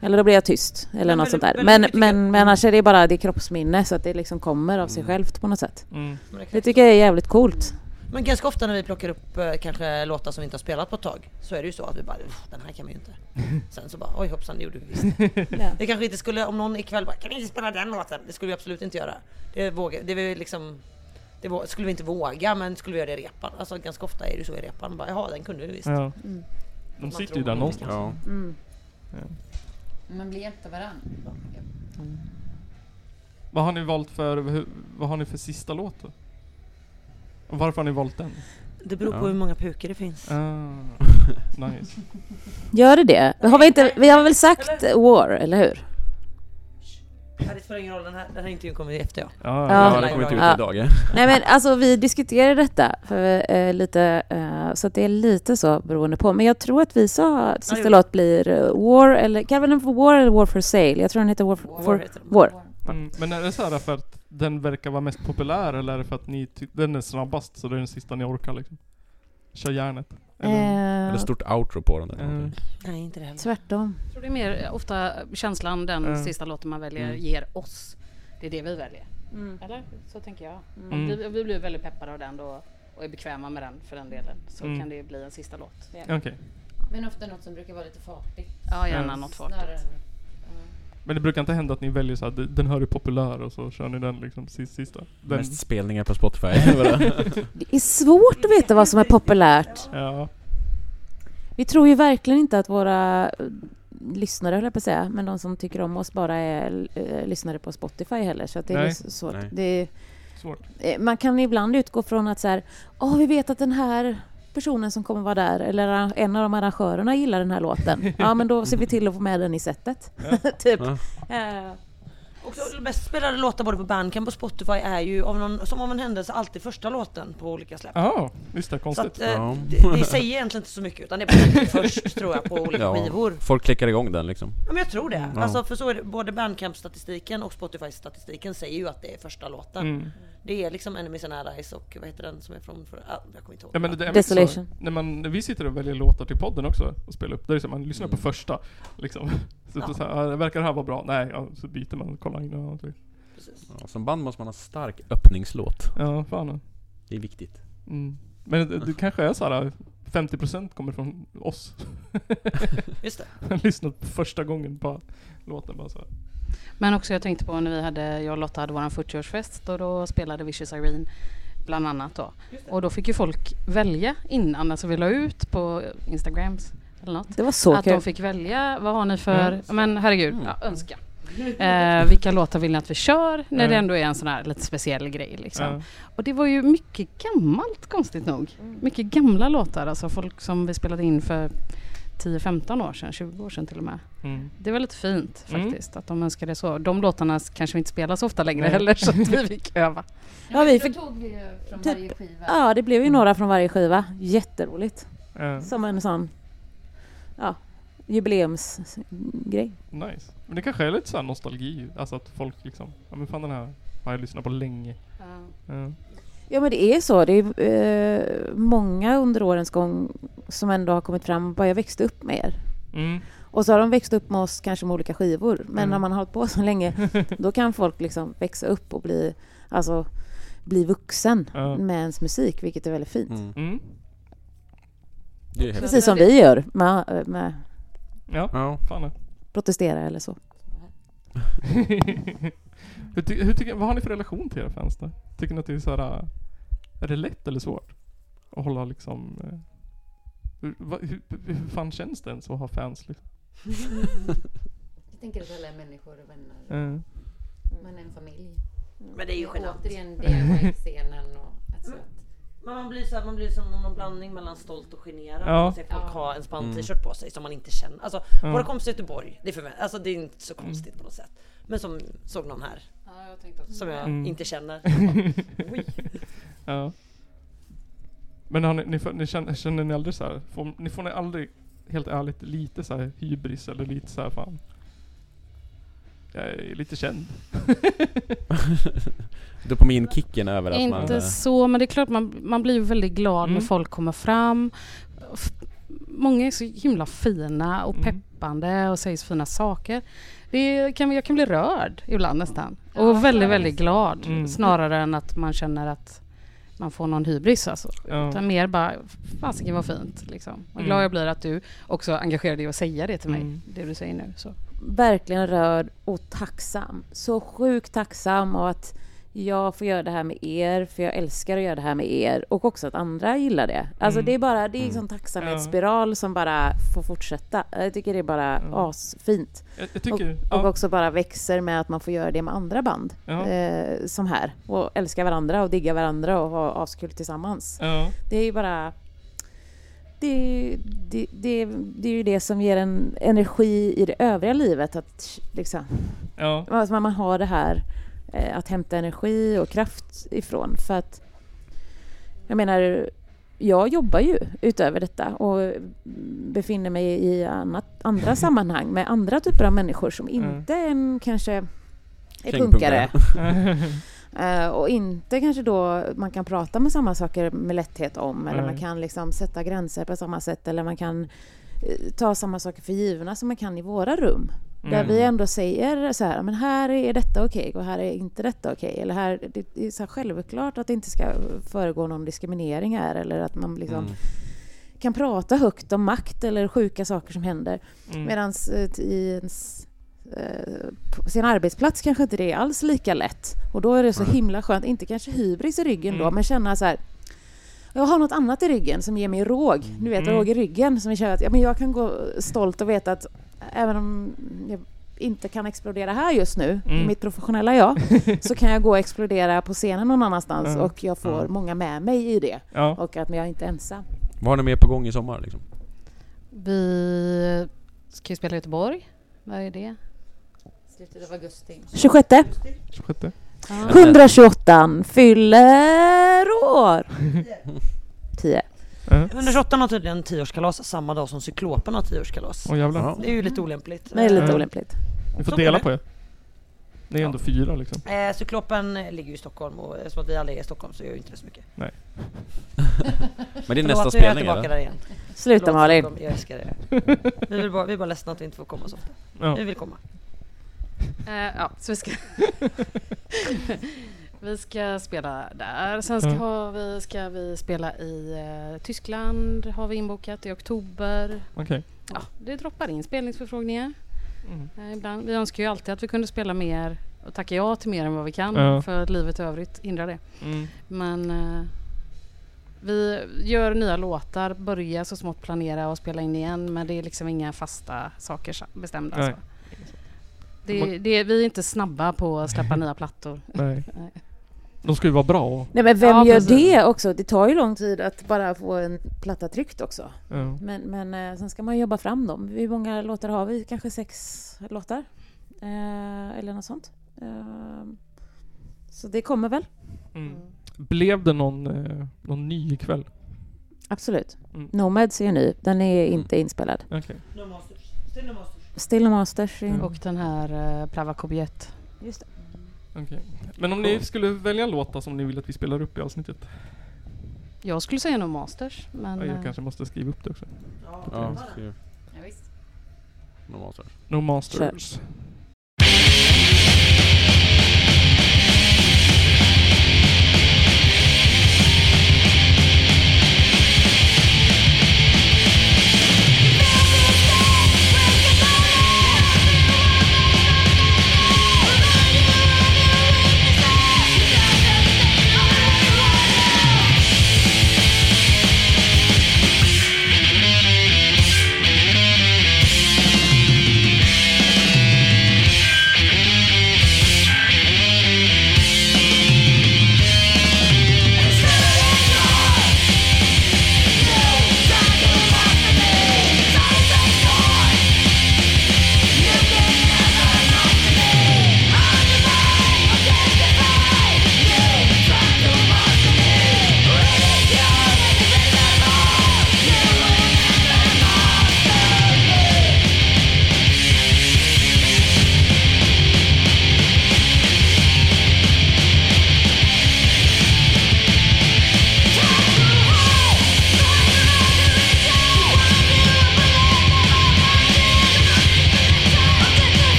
[SPEAKER 4] Eller då blir jag tyst eller
[SPEAKER 7] Men
[SPEAKER 4] något
[SPEAKER 7] väldigt-
[SPEAKER 4] sånt där.
[SPEAKER 7] väldigt
[SPEAKER 4] Men,
[SPEAKER 7] mycket
[SPEAKER 4] men, men annars är det bara det är kroppsminne så att det liksom kommer av sig
[SPEAKER 3] Mm.
[SPEAKER 4] själv på något sätt.
[SPEAKER 2] Mm.
[SPEAKER 7] Men det kan-
[SPEAKER 4] Det tycker jag är jävligt coolt.
[SPEAKER 7] Men ganska ofta när vi plockar upp eh, kanske låtar som vi inte har spelat på ett tag så är det ju så att vi bara "Pff, den här kan vi ju inte. Sen så bara oj hoppsan det gjorde vi visst.
[SPEAKER 4] Ja.
[SPEAKER 7] Vi kanske inte skulle, om någon ikväll bara kan vi inte spela den låten? Det skulle vi absolut inte göra. Det, våga, det, är väl liksom, det vå- skulle vi inte våga men skulle vi göra det i repan? Alltså ganska ofta är det ju så i repan. Bara, Jaha den kunde vi visst.
[SPEAKER 2] Ja.
[SPEAKER 4] Mm.
[SPEAKER 2] De
[SPEAKER 7] Man
[SPEAKER 2] sitter ju
[SPEAKER 7] tror
[SPEAKER 2] där
[SPEAKER 7] det
[SPEAKER 2] någonstans.
[SPEAKER 3] Ja.
[SPEAKER 4] Mm.
[SPEAKER 5] Man blir hjälpt av varandra.
[SPEAKER 2] Vad har ni valt för, hur, vad har ni för sista låt då? Och Varför har ni valt den?
[SPEAKER 7] Det beror
[SPEAKER 3] Ja.
[SPEAKER 7] på hur många puker det finns.
[SPEAKER 2] Ah, nice.
[SPEAKER 4] Gör det det? Har vi, inte, vi har väl sagt War, eller hur?
[SPEAKER 7] Ja, det spelar ingen roll, den här, den här intervjun kommer efter ja.
[SPEAKER 2] Ja,
[SPEAKER 4] Ja.
[SPEAKER 2] ja.
[SPEAKER 3] Ja, den kommer inte ut
[SPEAKER 4] Ja.
[SPEAKER 3] idag. eh. Ja.
[SPEAKER 4] Nej men alltså vi diskuterade detta för, eh, lite, eh, så att det är lite så beroende på. Men jag tror att vi sa att sista
[SPEAKER 7] gjorde
[SPEAKER 4] låt blir eh, War eller, kan den för War eller War for Sale? Jag tror den heter War for, for
[SPEAKER 7] heter den.
[SPEAKER 4] War.
[SPEAKER 2] Mm, men är det så här för att den verkar vara mest populär eller är det för att ni ty- den är snabbast så det är den sista ni orkar liksom? Kör järnet. Eller,
[SPEAKER 4] Eh,
[SPEAKER 3] Eller stort outro på den. Eller
[SPEAKER 2] Mm.
[SPEAKER 3] någonting.
[SPEAKER 7] Nej inte det heller.
[SPEAKER 4] tvärtom.
[SPEAKER 6] Jag tror det är mer eh, ofta känslan den
[SPEAKER 2] Mm.
[SPEAKER 6] sista låten man väljer
[SPEAKER 3] Mm.
[SPEAKER 6] ger oss. Det är det vi väljer. Eller? Så tänker jag.
[SPEAKER 2] Mm.
[SPEAKER 6] Vi, vi blir väldigt peppade av den då och är bekväma med den för den delen. Så
[SPEAKER 2] Mm.
[SPEAKER 6] kan det bli en sista låt.
[SPEAKER 2] Okej.
[SPEAKER 5] Men ofta något som brukar vara lite fartigt.
[SPEAKER 6] Ja, gärna
[SPEAKER 2] Mm.
[SPEAKER 6] något fartigt.
[SPEAKER 5] Snarare än-
[SPEAKER 2] Men det brukar inte hända att ni väljer så här, "D- den här är populär och så kör ni den liksom sist, sista? Den,
[SPEAKER 3] Mest spelningar på Spotify. Vadå?
[SPEAKER 4] Det är svårt att veta vad som är populärt.
[SPEAKER 2] Ja.
[SPEAKER 4] Vi tror ju verkligen inte att våra eh, lyssnare, höll jag på att säga, men de som tycker om oss bara är eh, lyssnare på Spotify heller. Så att det är
[SPEAKER 2] Nej.
[SPEAKER 4] ju så- svårt.
[SPEAKER 3] Nej.
[SPEAKER 4] Det är,
[SPEAKER 2] Svårt.
[SPEAKER 4] Eh, Man kan ibland utgå från att så här, "Åh, vi vet att den här personen som kommer vara där eller arra- en av de arrangörerna gillar den här låten. Ja, men då ser vi till att få med den i setet. typ.
[SPEAKER 3] Ja.
[SPEAKER 4] Eh,
[SPEAKER 7] Också, bäst spelade låtar både på Bandcamp och Spotify är ju av någon, som av en händelse alltid första låten på olika släpp.
[SPEAKER 2] Jaha, visst det,
[SPEAKER 7] Så
[SPEAKER 2] konstigt.
[SPEAKER 7] att, eh,
[SPEAKER 3] Ja.
[SPEAKER 7] det, det säger egentligen inte så mycket utan det är bara först tror jag på olika
[SPEAKER 3] Ja.
[SPEAKER 7] skivor.
[SPEAKER 3] Folk klickar igång den liksom.
[SPEAKER 7] Ja, men jag tror det.
[SPEAKER 3] Ja.
[SPEAKER 7] Alltså, för så är det, både Bandcamp-statistiken och Spotify-statistiken säger ju att det är första låten.
[SPEAKER 2] Mm.
[SPEAKER 7] Det är liksom Enemies and Allies och vad heter den som är från förra? Ah, jag kommer inte ihåg.
[SPEAKER 2] Ja, men det är
[SPEAKER 4] Desolation.
[SPEAKER 2] Så, när, man, när vi sitter och väljer låtar till podden också och spelar upp, där är det så här, man lyssnar
[SPEAKER 3] Mm.
[SPEAKER 2] på första liksom. Så,
[SPEAKER 7] Ja.
[SPEAKER 2] ja. så här, "Ah, verkar det här vara bra? Nej, ja, så byter man, kollar in och så.
[SPEAKER 7] Precis.
[SPEAKER 3] Ja, som band måste man ha stark öppningslåt.
[SPEAKER 2] Ja, fan.
[SPEAKER 3] Det är viktigt.
[SPEAKER 2] Mm. Men det, det kanske är så här 50% kommer från oss.
[SPEAKER 7] Just det.
[SPEAKER 2] Lyssnat på första gången på låten bara så här.
[SPEAKER 6] Men också jag tänkte på när vi hade, jag och Lotta hade vår 40-årsfest och då spelade Vicious Irene bland annat då. Och då fick ju folk välja innan, alltså vi la ut på Instagrams eller något.
[SPEAKER 4] det var så
[SPEAKER 6] att
[SPEAKER 4] kul.
[SPEAKER 6] de fick välja, vad har ni för,
[SPEAKER 2] Mm.
[SPEAKER 6] ja, men herregud,
[SPEAKER 3] Mm.
[SPEAKER 6] ja, önskan. Eh, vilka låtar vill ni att vi kör när det
[SPEAKER 2] Mm.
[SPEAKER 6] ändå är en sån här lite speciell grej liksom.
[SPEAKER 2] Ja.
[SPEAKER 6] Och det var ju mycket gammalt konstigt nog.
[SPEAKER 2] Mm.
[SPEAKER 6] Mycket gamla låtar, alltså folk som vi spelade in för 10-15 år sedan, 20 år sedan till och med.
[SPEAKER 2] Mm.
[SPEAKER 6] Det var lite fint
[SPEAKER 2] Mm.
[SPEAKER 6] faktiskt att de önskade så. De låtarna s- kanske vi inte spelar så ofta längre
[SPEAKER 2] Nej.
[SPEAKER 6] heller så att vi fick öva.
[SPEAKER 4] Ja, vi fick,
[SPEAKER 5] Då tog vi ju från
[SPEAKER 4] Typ-
[SPEAKER 5] varje skiva.
[SPEAKER 4] ja, det blev ju några från varje skiva. Jätteroligt.
[SPEAKER 2] Ja.
[SPEAKER 4] Som en sån ja, jubileumsgrej.
[SPEAKER 2] Nice. Men det kanske är lite så här nostalgi, alltså att folk liksom, ja men fan den här har jag lyssnat på länge. Ja.
[SPEAKER 4] Ja men det är så. Det är eh, många under årens gång som ändå har kommit fram och bara jag växte upp med er.
[SPEAKER 2] Mm.
[SPEAKER 4] Och så har de växt upp med oss kanske med olika skivor. Men
[SPEAKER 2] Mm.
[SPEAKER 4] när man har hållit på så länge, då kan folk liksom växa upp och bli, alltså, bli vuxen
[SPEAKER 2] Ja.
[SPEAKER 4] med ens musik, vilket är väldigt fint.
[SPEAKER 3] Mm.
[SPEAKER 2] Mm.
[SPEAKER 3] Det är ju häftigt.
[SPEAKER 4] Precis som vi gör med, med
[SPEAKER 2] Ja,
[SPEAKER 3] Ja.
[SPEAKER 2] fan det.
[SPEAKER 4] protestera eller så.
[SPEAKER 2] hur ty- hur tycker, vad har ni för relation till era fans då? Tycker ni att det är så här, äh, är det lätt eller svårt? Att hålla liksom, eh, hur, va, hur, hur fan känns det ens att ha fans liksom?
[SPEAKER 5] Jag tänker att alla är människor och vänner.
[SPEAKER 2] Eh,
[SPEAKER 5] Man är en familj.
[SPEAKER 7] Men det är ju genant.
[SPEAKER 5] återigen det med scenen och alltså, att
[SPEAKER 7] Men man blir, så här, man blir som någon blandning mellan stolt och generad.
[SPEAKER 2] Ja.
[SPEAKER 7] Man ser folk ha
[SPEAKER 3] Mm.
[SPEAKER 7] en span-t-shirt på sig som man inte känner. Alltså, Våra kompisar i Göteborg, det är, för mig, alltså, det är inte
[SPEAKER 2] Mm.
[SPEAKER 7] så konstigt på något sätt. Men som såg någon här som jag
[SPEAKER 2] Mm.
[SPEAKER 7] inte känner. Oj.
[SPEAKER 2] ja. Men har ni, ni, får- ni känner, känner ni aldrig så här, får, ni får ni aldrig helt ärligt lite så här hybris eller lite så här fan, jag är lite känd.
[SPEAKER 3] Dopaminkicken över att man...
[SPEAKER 6] Inte
[SPEAKER 3] eh,
[SPEAKER 6] så, men det är klart man, man blir ju väldigt glad
[SPEAKER 2] Mm.
[SPEAKER 6] när folk kommer fram. F- Många är så himla fina och
[SPEAKER 2] Mm.
[SPEAKER 6] peppande och säger så fina saker. Det kan, jag kan bli rörd ibland nästan. Och väldigt, väldigt glad.
[SPEAKER 2] Mm.
[SPEAKER 6] Snarare än att man känner att man får någon hybris alltså.
[SPEAKER 2] Ja.
[SPEAKER 6] Utan mer bara, fasiken vad fint liksom. Vad glad
[SPEAKER 2] Mm.
[SPEAKER 6] jag blir att du också engagerar dig och säger det till mig,
[SPEAKER 2] Mm.
[SPEAKER 6] det du säger nu. Så.
[SPEAKER 4] verkligen rörd och tacksam. Så sjukt tacksam av att jag får göra det här med er, för jag älskar att göra det här med er och också att andra gillar det. Alltså
[SPEAKER 2] Mm.
[SPEAKER 4] det är bara, det är en sån tacksamhetsspiral som bara får fortsätta. Jag tycker det är bara
[SPEAKER 2] Ja.
[SPEAKER 4] asfint.
[SPEAKER 2] Jag, jag tycker...
[SPEAKER 4] Och
[SPEAKER 2] Mm. ja,
[SPEAKER 4] också bara växer med att man får göra det med andra band.
[SPEAKER 2] Ja.
[SPEAKER 4] Eh, som här. Och älska varandra och digga varandra och ha askul tillsammans.
[SPEAKER 2] ja,
[SPEAKER 4] Det är ju bara... Det är, ju- det, det, det är ju det som ger en energi i det övriga livet. Att liksom,
[SPEAKER 2] ja,
[SPEAKER 4] alltså man har det här eh, att hämta energi och kraft ifrån. För att, jag menar, jag jobbar ju utöver detta och befinner mig i annat, andra sammanhang med andra typer av människor som
[SPEAKER 2] Mm.
[SPEAKER 4] inte en kanske är
[SPEAKER 3] Krängpunkare.
[SPEAKER 4] punkare.
[SPEAKER 2] Mm.
[SPEAKER 4] Eh, och inte kanske då man kan prata med samma saker med lätthet om eller
[SPEAKER 2] Nej.
[SPEAKER 4] man kan liksom sätta gränser på samma sätt eller man kan eh, ta samma saker för givna som man kan i våra rum. Där
[SPEAKER 2] Mm.
[SPEAKER 4] vi ändå säger så här, men här är detta okej och här är inte detta okej. Eller här, det är så här självklart att det inte ska föregå någon diskriminering här eller att man liksom
[SPEAKER 3] Mm.
[SPEAKER 4] kan prata högt om makt eller sjuka saker som händer.
[SPEAKER 2] mm,
[SPEAKER 4] Medan eh, i ens, eh, på sin arbetsplats kanske inte det är alls lika lätt. Och då är det så himla skönt, inte kanske hybris i ryggen då,
[SPEAKER 2] Mm.
[SPEAKER 4] men känna så här jag har något annat i ryggen som ger mig råg. Nu vet jag
[SPEAKER 2] Mm.
[SPEAKER 4] råg i ryggen som jag känner att ja, men jag kan gå stolt och veta att även om jag inte kan explodera här just nu, i
[SPEAKER 2] Mm.
[SPEAKER 4] mitt professionella jag, så kan jag gå och explodera på scenen någon annanstans
[SPEAKER 2] Ja.
[SPEAKER 4] och jag får
[SPEAKER 2] Ja.
[SPEAKER 4] många med mig i det.
[SPEAKER 2] ja.
[SPEAKER 4] Och att jag är inte ensam.
[SPEAKER 3] Vad har ni mer på gång i sommar liksom?
[SPEAKER 6] Vi ska ju spela i Göteborg. Vad är det?
[SPEAKER 5] Slutet av augusti.
[SPEAKER 4] 26.
[SPEAKER 2] 26.
[SPEAKER 4] 128 fyller år. 10.
[SPEAKER 7] 128 har tydligen 10-årskalas samma dag som Cyklopen har 10-årskalas.
[SPEAKER 2] Åh jävlar.
[SPEAKER 3] Ja.
[SPEAKER 7] Det är ju lite olämpligt. Eh,
[SPEAKER 4] Det är lite
[SPEAKER 2] Ja.
[SPEAKER 4] olämpligt.
[SPEAKER 2] Ni får
[SPEAKER 7] Så
[SPEAKER 2] dela
[SPEAKER 7] blir det.
[SPEAKER 2] på er. Ni är ändå fyra liksom.
[SPEAKER 7] Eh, Cyklopen ligger ju i Stockholm och eftersom att vi alla är i Stockholm så gör ju inte det så mycket.
[SPEAKER 3] Men det är
[SPEAKER 7] Förlåt,
[SPEAKER 3] nästa
[SPEAKER 7] nu är jag
[SPEAKER 3] spelning
[SPEAKER 7] tillbaka
[SPEAKER 3] eller?
[SPEAKER 7] där igen.
[SPEAKER 4] Sluta
[SPEAKER 7] Förlåt,
[SPEAKER 4] Malin.
[SPEAKER 7] Stockholm, Jag älskar er. Vi, vill bara, vi är bara ledsna att vi inte får komma så ofta.
[SPEAKER 2] Ja.
[SPEAKER 7] Vi vill komma.
[SPEAKER 6] Eh, ja, så vi ska... vi ska spela där. Sen ska,
[SPEAKER 2] Ja.
[SPEAKER 6] ha vi, ska vi spela i eh, Tyskland, har vi inbokat i oktober.
[SPEAKER 2] Okej.
[SPEAKER 6] Ja, det droppar in spelningsförfrågningar
[SPEAKER 2] Mm.
[SPEAKER 6] eh, ibland. Vi önskar ju alltid att vi kunde spela mer och tacka ja till mer än vad vi kan
[SPEAKER 2] Ja.
[SPEAKER 6] för att livet i övrigt hindrar det.
[SPEAKER 2] Mm.
[SPEAKER 6] Men eh, vi gör nya låtar, börjar så smått planera och spela in igen men det är liksom inga fasta saker sa- bestämda.
[SPEAKER 2] Nej.
[SPEAKER 6] Så. Det, det, vi är inte snabba på att släppa nya plattor.
[SPEAKER 2] Nej.
[SPEAKER 6] Nej.
[SPEAKER 2] De ska ju vara bra.
[SPEAKER 4] Nej men vem
[SPEAKER 6] Ja,
[SPEAKER 4] gör
[SPEAKER 6] precis.
[SPEAKER 4] det också? Det tar ju lång tid att bara få en platta tryckt också.
[SPEAKER 2] Ja.
[SPEAKER 4] Men, men eh, sen ska man jobba fram dem. Hur många låtar har vi? Kanske sex låtar? Eh, eller något sånt. Eh, så det kommer väl?
[SPEAKER 2] Mm. Blev det någon, eh, någon ny ikväll?
[SPEAKER 4] Absolut.
[SPEAKER 2] Mm.
[SPEAKER 4] Nomads är ju ny. Den är inte inspelad.
[SPEAKER 2] Okej.
[SPEAKER 4] Still Masters är
[SPEAKER 2] Mm.
[SPEAKER 6] Och den här eh, Plava Kobiet.
[SPEAKER 4] Just det.
[SPEAKER 2] okej. Men om ni skulle välja låtar som ni vill att vi spelar upp i avsnittet?
[SPEAKER 6] Jag skulle säga nog Masters, men
[SPEAKER 2] Ja, jag
[SPEAKER 6] eh,
[SPEAKER 2] kanske måste skriva upp det också.
[SPEAKER 3] Ja,
[SPEAKER 5] Ja, visst.
[SPEAKER 3] normalt så.
[SPEAKER 2] No Masters.
[SPEAKER 9] Thank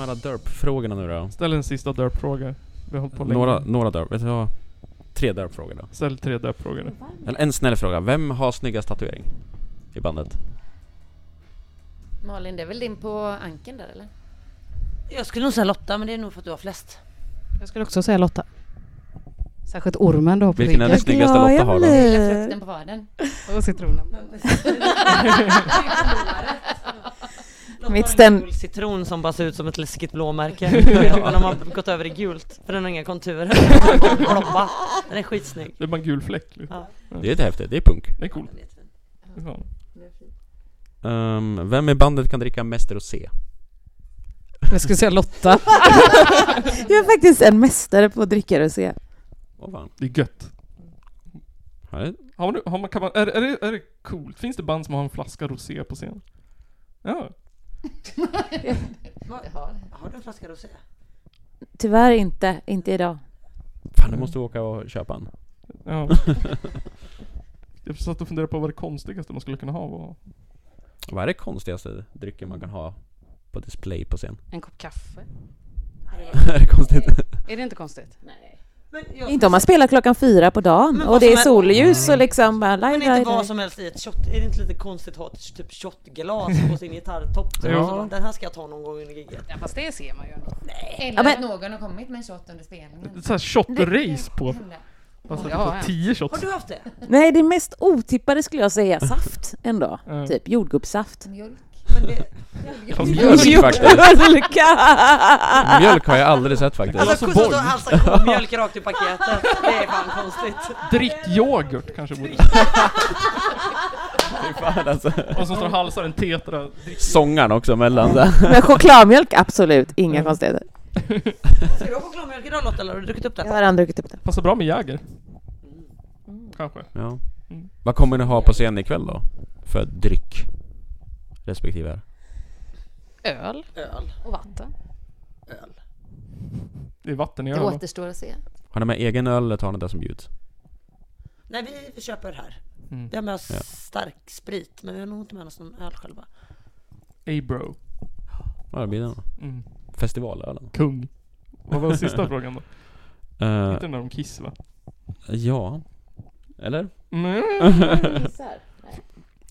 [SPEAKER 3] alla derp-frågorna nu då.
[SPEAKER 2] Ställ en sista derp-fråga. Vi har hållit på länge.
[SPEAKER 3] Några, några derp. Vet du vad? Tre derp-frågor då.
[SPEAKER 2] Ställ tre derp-frågor nu.
[SPEAKER 3] Eller en snäll fråga. Vem har snyggast tatuering? I bandet?
[SPEAKER 5] Malin, det är väl din på anken där eller?
[SPEAKER 7] Jag skulle nog säga Lotta, men det är nog för att du har flest.
[SPEAKER 6] Jag skulle också säga Lotta. Särskilt ormen du har på
[SPEAKER 3] Vilken är den
[SPEAKER 6] ryggen.
[SPEAKER 3] snyggaste
[SPEAKER 4] glad
[SPEAKER 3] Lotta
[SPEAKER 4] jag
[SPEAKER 3] har då?
[SPEAKER 4] blir.
[SPEAKER 6] Eh.
[SPEAKER 5] Lilla frukten på vaden.
[SPEAKER 6] Och citronen.
[SPEAKER 4] Mitt stäm-
[SPEAKER 7] Gul citron som bara ser ut som ett läskigt blåmärke. Men de har gått över i gult, för den har inga konturer. Blobba. Den är skitsnygg.
[SPEAKER 2] Det är bara en gul fläck. Liksom.
[SPEAKER 7] Ja.
[SPEAKER 3] Det är lite häftigt. Det är punk.
[SPEAKER 2] Det är coolt. Ja.
[SPEAKER 3] Ehm, vem i bandet kan dricka mest rosé?
[SPEAKER 6] Jag skulle säga Lotta.
[SPEAKER 4] Jag är faktiskt en mästare på att dricka och se.
[SPEAKER 3] Åh fan.
[SPEAKER 2] Det är gött.
[SPEAKER 3] Ja, det-
[SPEAKER 2] Har man, har man, kan man, är, är, det, är det coolt? Finns det band som har en flaska rosé på scen? Ja.
[SPEAKER 7] Har du en flaska rosé?
[SPEAKER 4] Tyvärr inte, inte idag.
[SPEAKER 3] Fan, nu måste vi åka och köpa en.
[SPEAKER 2] ja. Jag satt och funderade på vad det konstigaste man skulle kunna ha var.
[SPEAKER 3] Vad är det konstigaste drycken man kan ha på display på scen?
[SPEAKER 6] En kopp kaffe.
[SPEAKER 3] är det konstigt?
[SPEAKER 6] Är det inte konstigt? Nej.
[SPEAKER 7] Men jag,
[SPEAKER 4] Inte om man spelar klockan fyra på dagen
[SPEAKER 7] Men
[SPEAKER 4] och
[SPEAKER 7] vad
[SPEAKER 4] det är
[SPEAKER 7] som är-
[SPEAKER 4] solljus och liksom bara
[SPEAKER 7] men
[SPEAKER 4] laj,
[SPEAKER 7] inte
[SPEAKER 4] laj,
[SPEAKER 7] vad
[SPEAKER 4] laj.
[SPEAKER 7] som helst i ett shot. Är det inte lite konstigt att ha ett typ shotglas på sin gitarrtopp?
[SPEAKER 2] Ja.
[SPEAKER 7] Och så bara, Den här ska jag ta någon gång under giget.
[SPEAKER 6] Ja, fast det ser man ju ändå.
[SPEAKER 5] Eller
[SPEAKER 4] Ja, men-
[SPEAKER 5] att någon har kommit med en shot under spelningen.
[SPEAKER 2] Såhär shot-race på.
[SPEAKER 5] Hända.
[SPEAKER 2] Fast
[SPEAKER 6] Ja,
[SPEAKER 2] att man
[SPEAKER 6] ja.
[SPEAKER 2] får tio
[SPEAKER 7] Har
[SPEAKER 2] shots.
[SPEAKER 7] du haft det?
[SPEAKER 4] Nej, det mest otippade skulle jag säga saft ändå.
[SPEAKER 2] Ja.
[SPEAKER 4] Typ jordgubbssaft.
[SPEAKER 5] Mjölk.
[SPEAKER 7] Men det
[SPEAKER 3] Ja, mjölk faktiskt. Mjölk har jag aldrig sett faktiskt.
[SPEAKER 2] Lasse
[SPEAKER 7] alltså kossa
[SPEAKER 2] Borg.
[SPEAKER 7] och halsa komjölk rakt i paketet. Det är fan konstigt.
[SPEAKER 2] Drick yoghurt kanske borde
[SPEAKER 3] Fy fan alltså.
[SPEAKER 2] Och så står och halsar en tetra. Drick.
[SPEAKER 3] Sångaren också mellan så här.
[SPEAKER 4] Men chokladmjölk, absolut. Inga konstigheter.
[SPEAKER 7] Ska du ha chokladmjölk idag Lotta eller har du druckit upp
[SPEAKER 4] Jag
[SPEAKER 7] den?
[SPEAKER 4] har redan druckit upp det.
[SPEAKER 2] Passar bra med Jäger.
[SPEAKER 4] Oh,
[SPEAKER 2] Kanske.
[SPEAKER 3] Ja.
[SPEAKER 2] Mm.
[SPEAKER 3] Vad kommer ni ha på scen ikväll då? För dryck? Respektive här.
[SPEAKER 6] Öl
[SPEAKER 7] Öl.
[SPEAKER 6] och vatten.
[SPEAKER 2] Det är vatten i
[SPEAKER 5] Det
[SPEAKER 2] ölen.
[SPEAKER 5] återstår att se.
[SPEAKER 3] Har ni med egen öl eller tar ni det som bjuds?
[SPEAKER 7] Nej vi köper här.
[SPEAKER 2] Mm.
[SPEAKER 7] Vi har med oss stark sprit men vi har nog inte med oss någon öl själva.
[SPEAKER 2] Ey bro.
[SPEAKER 3] Ja, det blir den då.
[SPEAKER 2] Mm.
[SPEAKER 3] Festivalölen.
[SPEAKER 2] Kung. Vad var sista frågan då?
[SPEAKER 3] Eh,
[SPEAKER 2] Inte den där om Kiss va?
[SPEAKER 3] ja. Eller?
[SPEAKER 2] Mm.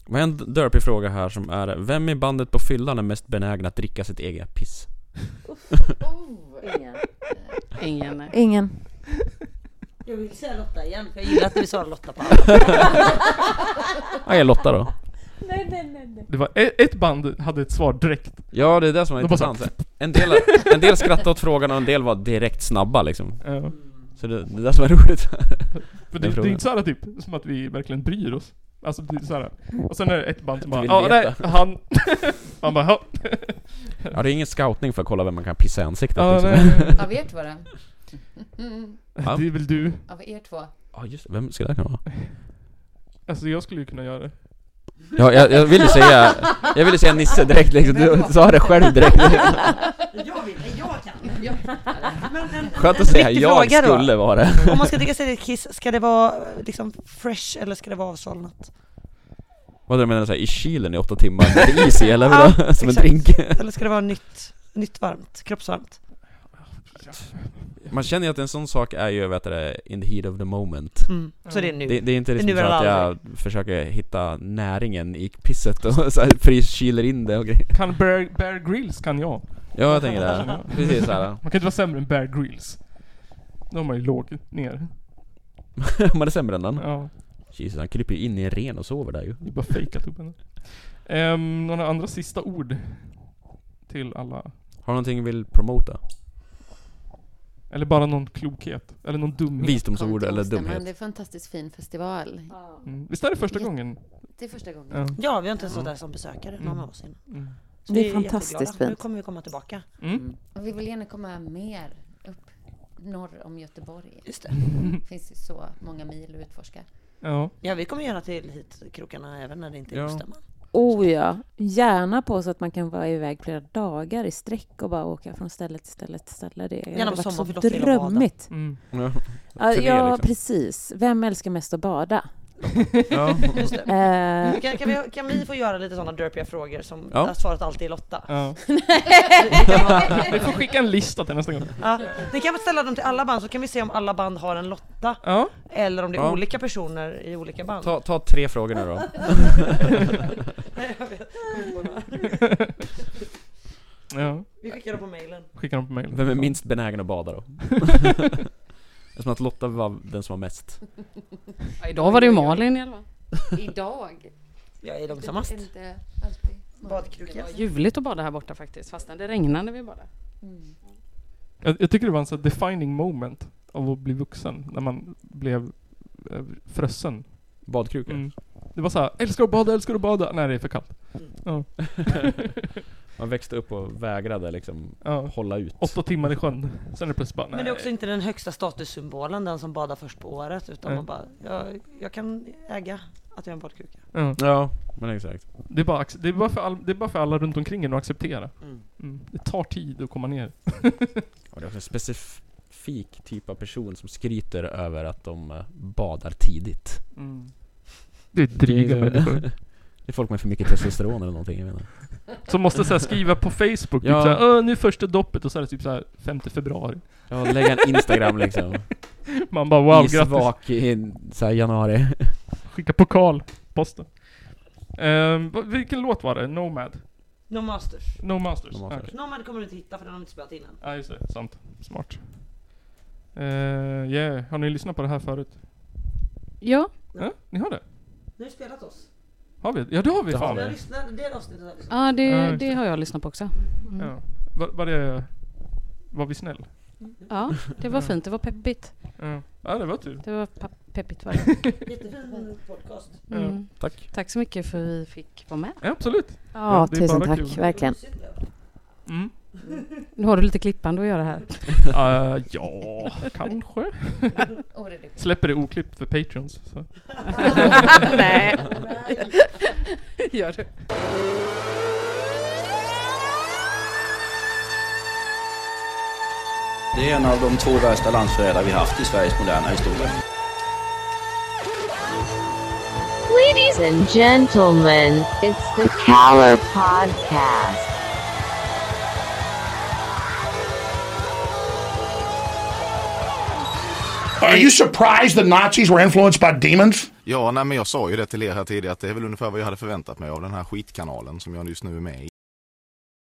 [SPEAKER 3] Vi har en derpig fråga här som är Vem i bandet på fyllan är mest benägen att dricka sitt eget piss?
[SPEAKER 6] Ingen.
[SPEAKER 4] Ingen.
[SPEAKER 7] Jag vill säga Lotta igen för jag gillar att vi sa Lotta på alla.
[SPEAKER 3] Ja, jag är Lotta då.
[SPEAKER 2] Det var e- ett band hade ett svar direkt.
[SPEAKER 3] Ja, det är det som är
[SPEAKER 2] Då bara så här-
[SPEAKER 3] intressant. En del, en del skrattade åt frågan och en del var direkt snabba liksom.
[SPEAKER 2] Ja.
[SPEAKER 3] Så det, det är det som är roligt.
[SPEAKER 2] För det,
[SPEAKER 3] Jag
[SPEAKER 2] det
[SPEAKER 3] tror
[SPEAKER 2] är
[SPEAKER 3] det.
[SPEAKER 2] inte såhär typ som att vi verkligen bryr oss. Alltså det är såhär. Och sen är det ett band som bara
[SPEAKER 3] vill
[SPEAKER 2] Ja nej,
[SPEAKER 3] veta."
[SPEAKER 2] han... Man bara "Ja."
[SPEAKER 3] Ja, det är ingen scoutning för att kolla vem man kan pissa i ansiktet
[SPEAKER 2] ja,
[SPEAKER 3] liksom.
[SPEAKER 2] nej.
[SPEAKER 5] Av er två då? Mm,
[SPEAKER 2] Det är väl du.
[SPEAKER 5] av er två?
[SPEAKER 3] Ja, just det. Vem skulle det kunna vara?
[SPEAKER 2] Alltså jag skulle ju kunna göra det.
[SPEAKER 3] Ja, jag, jag ville säga, jag ville säga Nisse direkt liksom. Du sa det själv direkt.
[SPEAKER 7] Jag vill, nej, jag kan.
[SPEAKER 3] Skönt att säga,
[SPEAKER 7] Viktig
[SPEAKER 3] jag
[SPEAKER 7] fråga då.
[SPEAKER 3] skulle vara det.
[SPEAKER 7] Om man ska dricka sig ett kiss, ska det vara eh, liksom fresh eller ska det vara avsvalnat?
[SPEAKER 3] Vad du menar såhär, i kylen i åtta timmar, med is i eller vadå? Som en
[SPEAKER 7] exakt.
[SPEAKER 3] drink.
[SPEAKER 7] Eller ska det vara nytt, nytt varmt, kroppsvarmt?
[SPEAKER 3] Man känner ju att en sån sak är ju, vet du det, in the heat of the moment.
[SPEAKER 7] Mm. Så det är nu.
[SPEAKER 3] Det, det är inte
[SPEAKER 7] Det är
[SPEAKER 3] liksom
[SPEAKER 7] nu
[SPEAKER 3] så
[SPEAKER 7] eller
[SPEAKER 3] att jag försöker hitta näringen i pisset och så här frys, kyler in det och grejer.
[SPEAKER 2] Kan Bear, Bear Grylls kan jag.
[SPEAKER 3] Ja, jag tänker det. Här. Precis såhär.
[SPEAKER 2] Man kan inte vara sämre än Bear Grylls. Då har man ju låg ner.
[SPEAKER 3] Man är sämre än den.
[SPEAKER 2] Ja,
[SPEAKER 3] Jesus, han kryper ju in i en ren och sover där ju.
[SPEAKER 2] det är bara fejkat upp henne. Ehm, några andra sista ord? Till alla?
[SPEAKER 3] Har du någonting vi vill promota?
[SPEAKER 2] Eller bara någon klokhet? Eller någon dumhet?
[SPEAKER 3] Visdomsord eller
[SPEAKER 5] Kontorsdagen, men Det
[SPEAKER 3] dumhet?
[SPEAKER 5] är en fantastiskt fin festival.
[SPEAKER 2] Mm. Visst är det första gången?
[SPEAKER 5] Det är första gången.
[SPEAKER 2] Ja.
[SPEAKER 7] Ja, vi har inte ens varit där som besökare, någon av oss innan.
[SPEAKER 2] Mm.
[SPEAKER 7] Så
[SPEAKER 4] Det är
[SPEAKER 7] vi
[SPEAKER 4] fantastiskt
[SPEAKER 7] jätteglada. Nu
[SPEAKER 4] fint.
[SPEAKER 7] kommer vi komma tillbaka.
[SPEAKER 2] Mm.
[SPEAKER 5] Och vi vill gärna komma mer upp norr om Göteborg.
[SPEAKER 7] Just det.
[SPEAKER 5] Det finns ju så många mil att utforska.
[SPEAKER 2] Ja.
[SPEAKER 7] Ja, vi kommer gärna till hit krokarna även när det inte är
[SPEAKER 3] Ja.
[SPEAKER 7] bestämma.
[SPEAKER 4] Oh ja. Gärna på så att man kan vara iväg flera dagar i sträck och bara åka från ställe till ställe till ställe. Det
[SPEAKER 7] Gärna
[SPEAKER 4] hade
[SPEAKER 7] på
[SPEAKER 4] varit så
[SPEAKER 7] sommaren för Lotta gillar att bada.
[SPEAKER 4] drömmigt.
[SPEAKER 2] Mm.
[SPEAKER 3] Ja,
[SPEAKER 4] Ja,
[SPEAKER 3] Turné,
[SPEAKER 4] ja
[SPEAKER 3] liksom.
[SPEAKER 4] precis. Vem älskar mest att bada?
[SPEAKER 3] Ja.
[SPEAKER 7] Just det.
[SPEAKER 4] Eh,
[SPEAKER 7] Kan, kan, vi, kan vi få göra lite sådana derpiga frågor som
[SPEAKER 3] Ja.
[SPEAKER 7] där svaret alltid är Lotta?
[SPEAKER 2] Ja.
[SPEAKER 7] Det kan vara-
[SPEAKER 2] Vi får skicka en lista till nästa gång.
[SPEAKER 7] Ja. Ni kan väl ställa dem till alla band så kan vi se om alla band har en Lotta
[SPEAKER 2] Ja.
[SPEAKER 7] eller om det är
[SPEAKER 3] Ja.
[SPEAKER 7] olika personer i olika band.
[SPEAKER 3] Ta, ta tre frågor nu då.
[SPEAKER 7] Nej, jag vet. Kom inte på några.
[SPEAKER 2] ja.
[SPEAKER 7] Vi skickar dem på mailen.
[SPEAKER 2] Skicka dem på mejl.
[SPEAKER 3] Vem är minst benägen att bada då? Det är som att Lotta var den som var mest.
[SPEAKER 6] Ja, idag var det ju Malin i alla fall.
[SPEAKER 5] Idag.
[SPEAKER 7] Jag är långsammast.
[SPEAKER 5] Inte alltid.
[SPEAKER 7] Badkruka.
[SPEAKER 6] Det var ljuvligt att bada här borta faktiskt, fastän det regnade när vi badade.
[SPEAKER 2] Jag, jag tycker det var en sån här defining moment av att bli vuxen, när man blev eh, frusen.
[SPEAKER 3] Badkrukor.
[SPEAKER 2] Mm. Det var såhär, älskar att bada, älskar att bada. Nej, det är för kallt.
[SPEAKER 3] Man växte upp och vägrade liksom
[SPEAKER 2] Ja.
[SPEAKER 3] hålla ut.
[SPEAKER 2] Åtta timmar i sjön. Sen är det plötsligt bara, nej.
[SPEAKER 7] Men det är också inte den högsta statussymbolen, den som badar först på året, utan
[SPEAKER 2] Nej.
[SPEAKER 7] man bara, jag, jag kan äga att jag är en badkruka.
[SPEAKER 2] ja.
[SPEAKER 3] Ja, men exakt.
[SPEAKER 2] det, är bara, ac- det, är bara för all, det är bara för alla runt omkring en att acceptera.
[SPEAKER 7] Mm.
[SPEAKER 2] Mm. Det tar tid att komma ner.
[SPEAKER 3] Och det är också en specifik typ av person som skryter över att de eh, badar tidigt.
[SPEAKER 2] Det är Mm. dryga människor.
[SPEAKER 3] Det är folk med för mycket testosteron eller någonting, jag vet inte.
[SPEAKER 2] Som måste så här, skriva på Facebook,
[SPEAKER 3] Ja.
[SPEAKER 2] typ såhär, Åh, nu är första doppet och så är det typ såhär 5 februari.
[SPEAKER 3] Ja, lägga en Instagram liksom.
[SPEAKER 2] Man bara wow, grattis.
[SPEAKER 3] Isvak i så här, januari.
[SPEAKER 2] Skicka pokal. Posten. Ehm, vad- vilken låt var det? Nomad?
[SPEAKER 7] No Masters.
[SPEAKER 2] No Masters?
[SPEAKER 3] No
[SPEAKER 2] No
[SPEAKER 3] Masters.
[SPEAKER 7] Nomad kommer du inte hitta för den har vi inte spelat innan.
[SPEAKER 2] Ja, just det. Sant. Smart. Eh, yeah. Har ni lyssnat på det här förut?
[SPEAKER 6] Ja,
[SPEAKER 2] Ja, ni har det?
[SPEAKER 7] Nu har vi spelat oss.
[SPEAKER 2] Har vi? Ja, det har vi
[SPEAKER 3] Det har
[SPEAKER 2] fan.
[SPEAKER 7] Vi
[SPEAKER 3] vi.
[SPEAKER 7] har lyssnat, en del avsnitt har vi lyssnat.
[SPEAKER 6] ja
[SPEAKER 2] Ja,
[SPEAKER 6] det,
[SPEAKER 2] just
[SPEAKER 6] det har jag lyssnat på också. Mm.
[SPEAKER 2] Ja. Var, var det... Var vi snäll?
[SPEAKER 6] Ja, det var fint. Det var peppigt.
[SPEAKER 2] Ja, ja det var tur.
[SPEAKER 6] Det var pa- peppigt var det.
[SPEAKER 7] Jättefin podcast.
[SPEAKER 6] Mm.
[SPEAKER 3] Tack.
[SPEAKER 6] Tack så mycket för vi fick vara med.
[SPEAKER 2] Ja, absolut.
[SPEAKER 4] ja,
[SPEAKER 2] det är bara
[SPEAKER 4] tusen tack,
[SPEAKER 2] kul.
[SPEAKER 4] verkligen.
[SPEAKER 2] Mm.
[SPEAKER 6] Nu har du lite klippande att göra här.
[SPEAKER 2] Eh, ja, kanske. Släpper det oklippt för Patreons. Så.
[SPEAKER 6] Nej. Gör du.
[SPEAKER 1] Det är en av de två värsta landsförrädare vi haft i Sveriges moderna historia.
[SPEAKER 10] Ladies and gentlemen, it's the Caller Podcast.
[SPEAKER 11] Are you surprised the Nazis were influenced by demons?
[SPEAKER 12] Ja, nej, men jag sa ju det till er här tidigare att det är väl ungefär vad jag hade förväntat mig av den här skitkanalen som jag just nu är med i.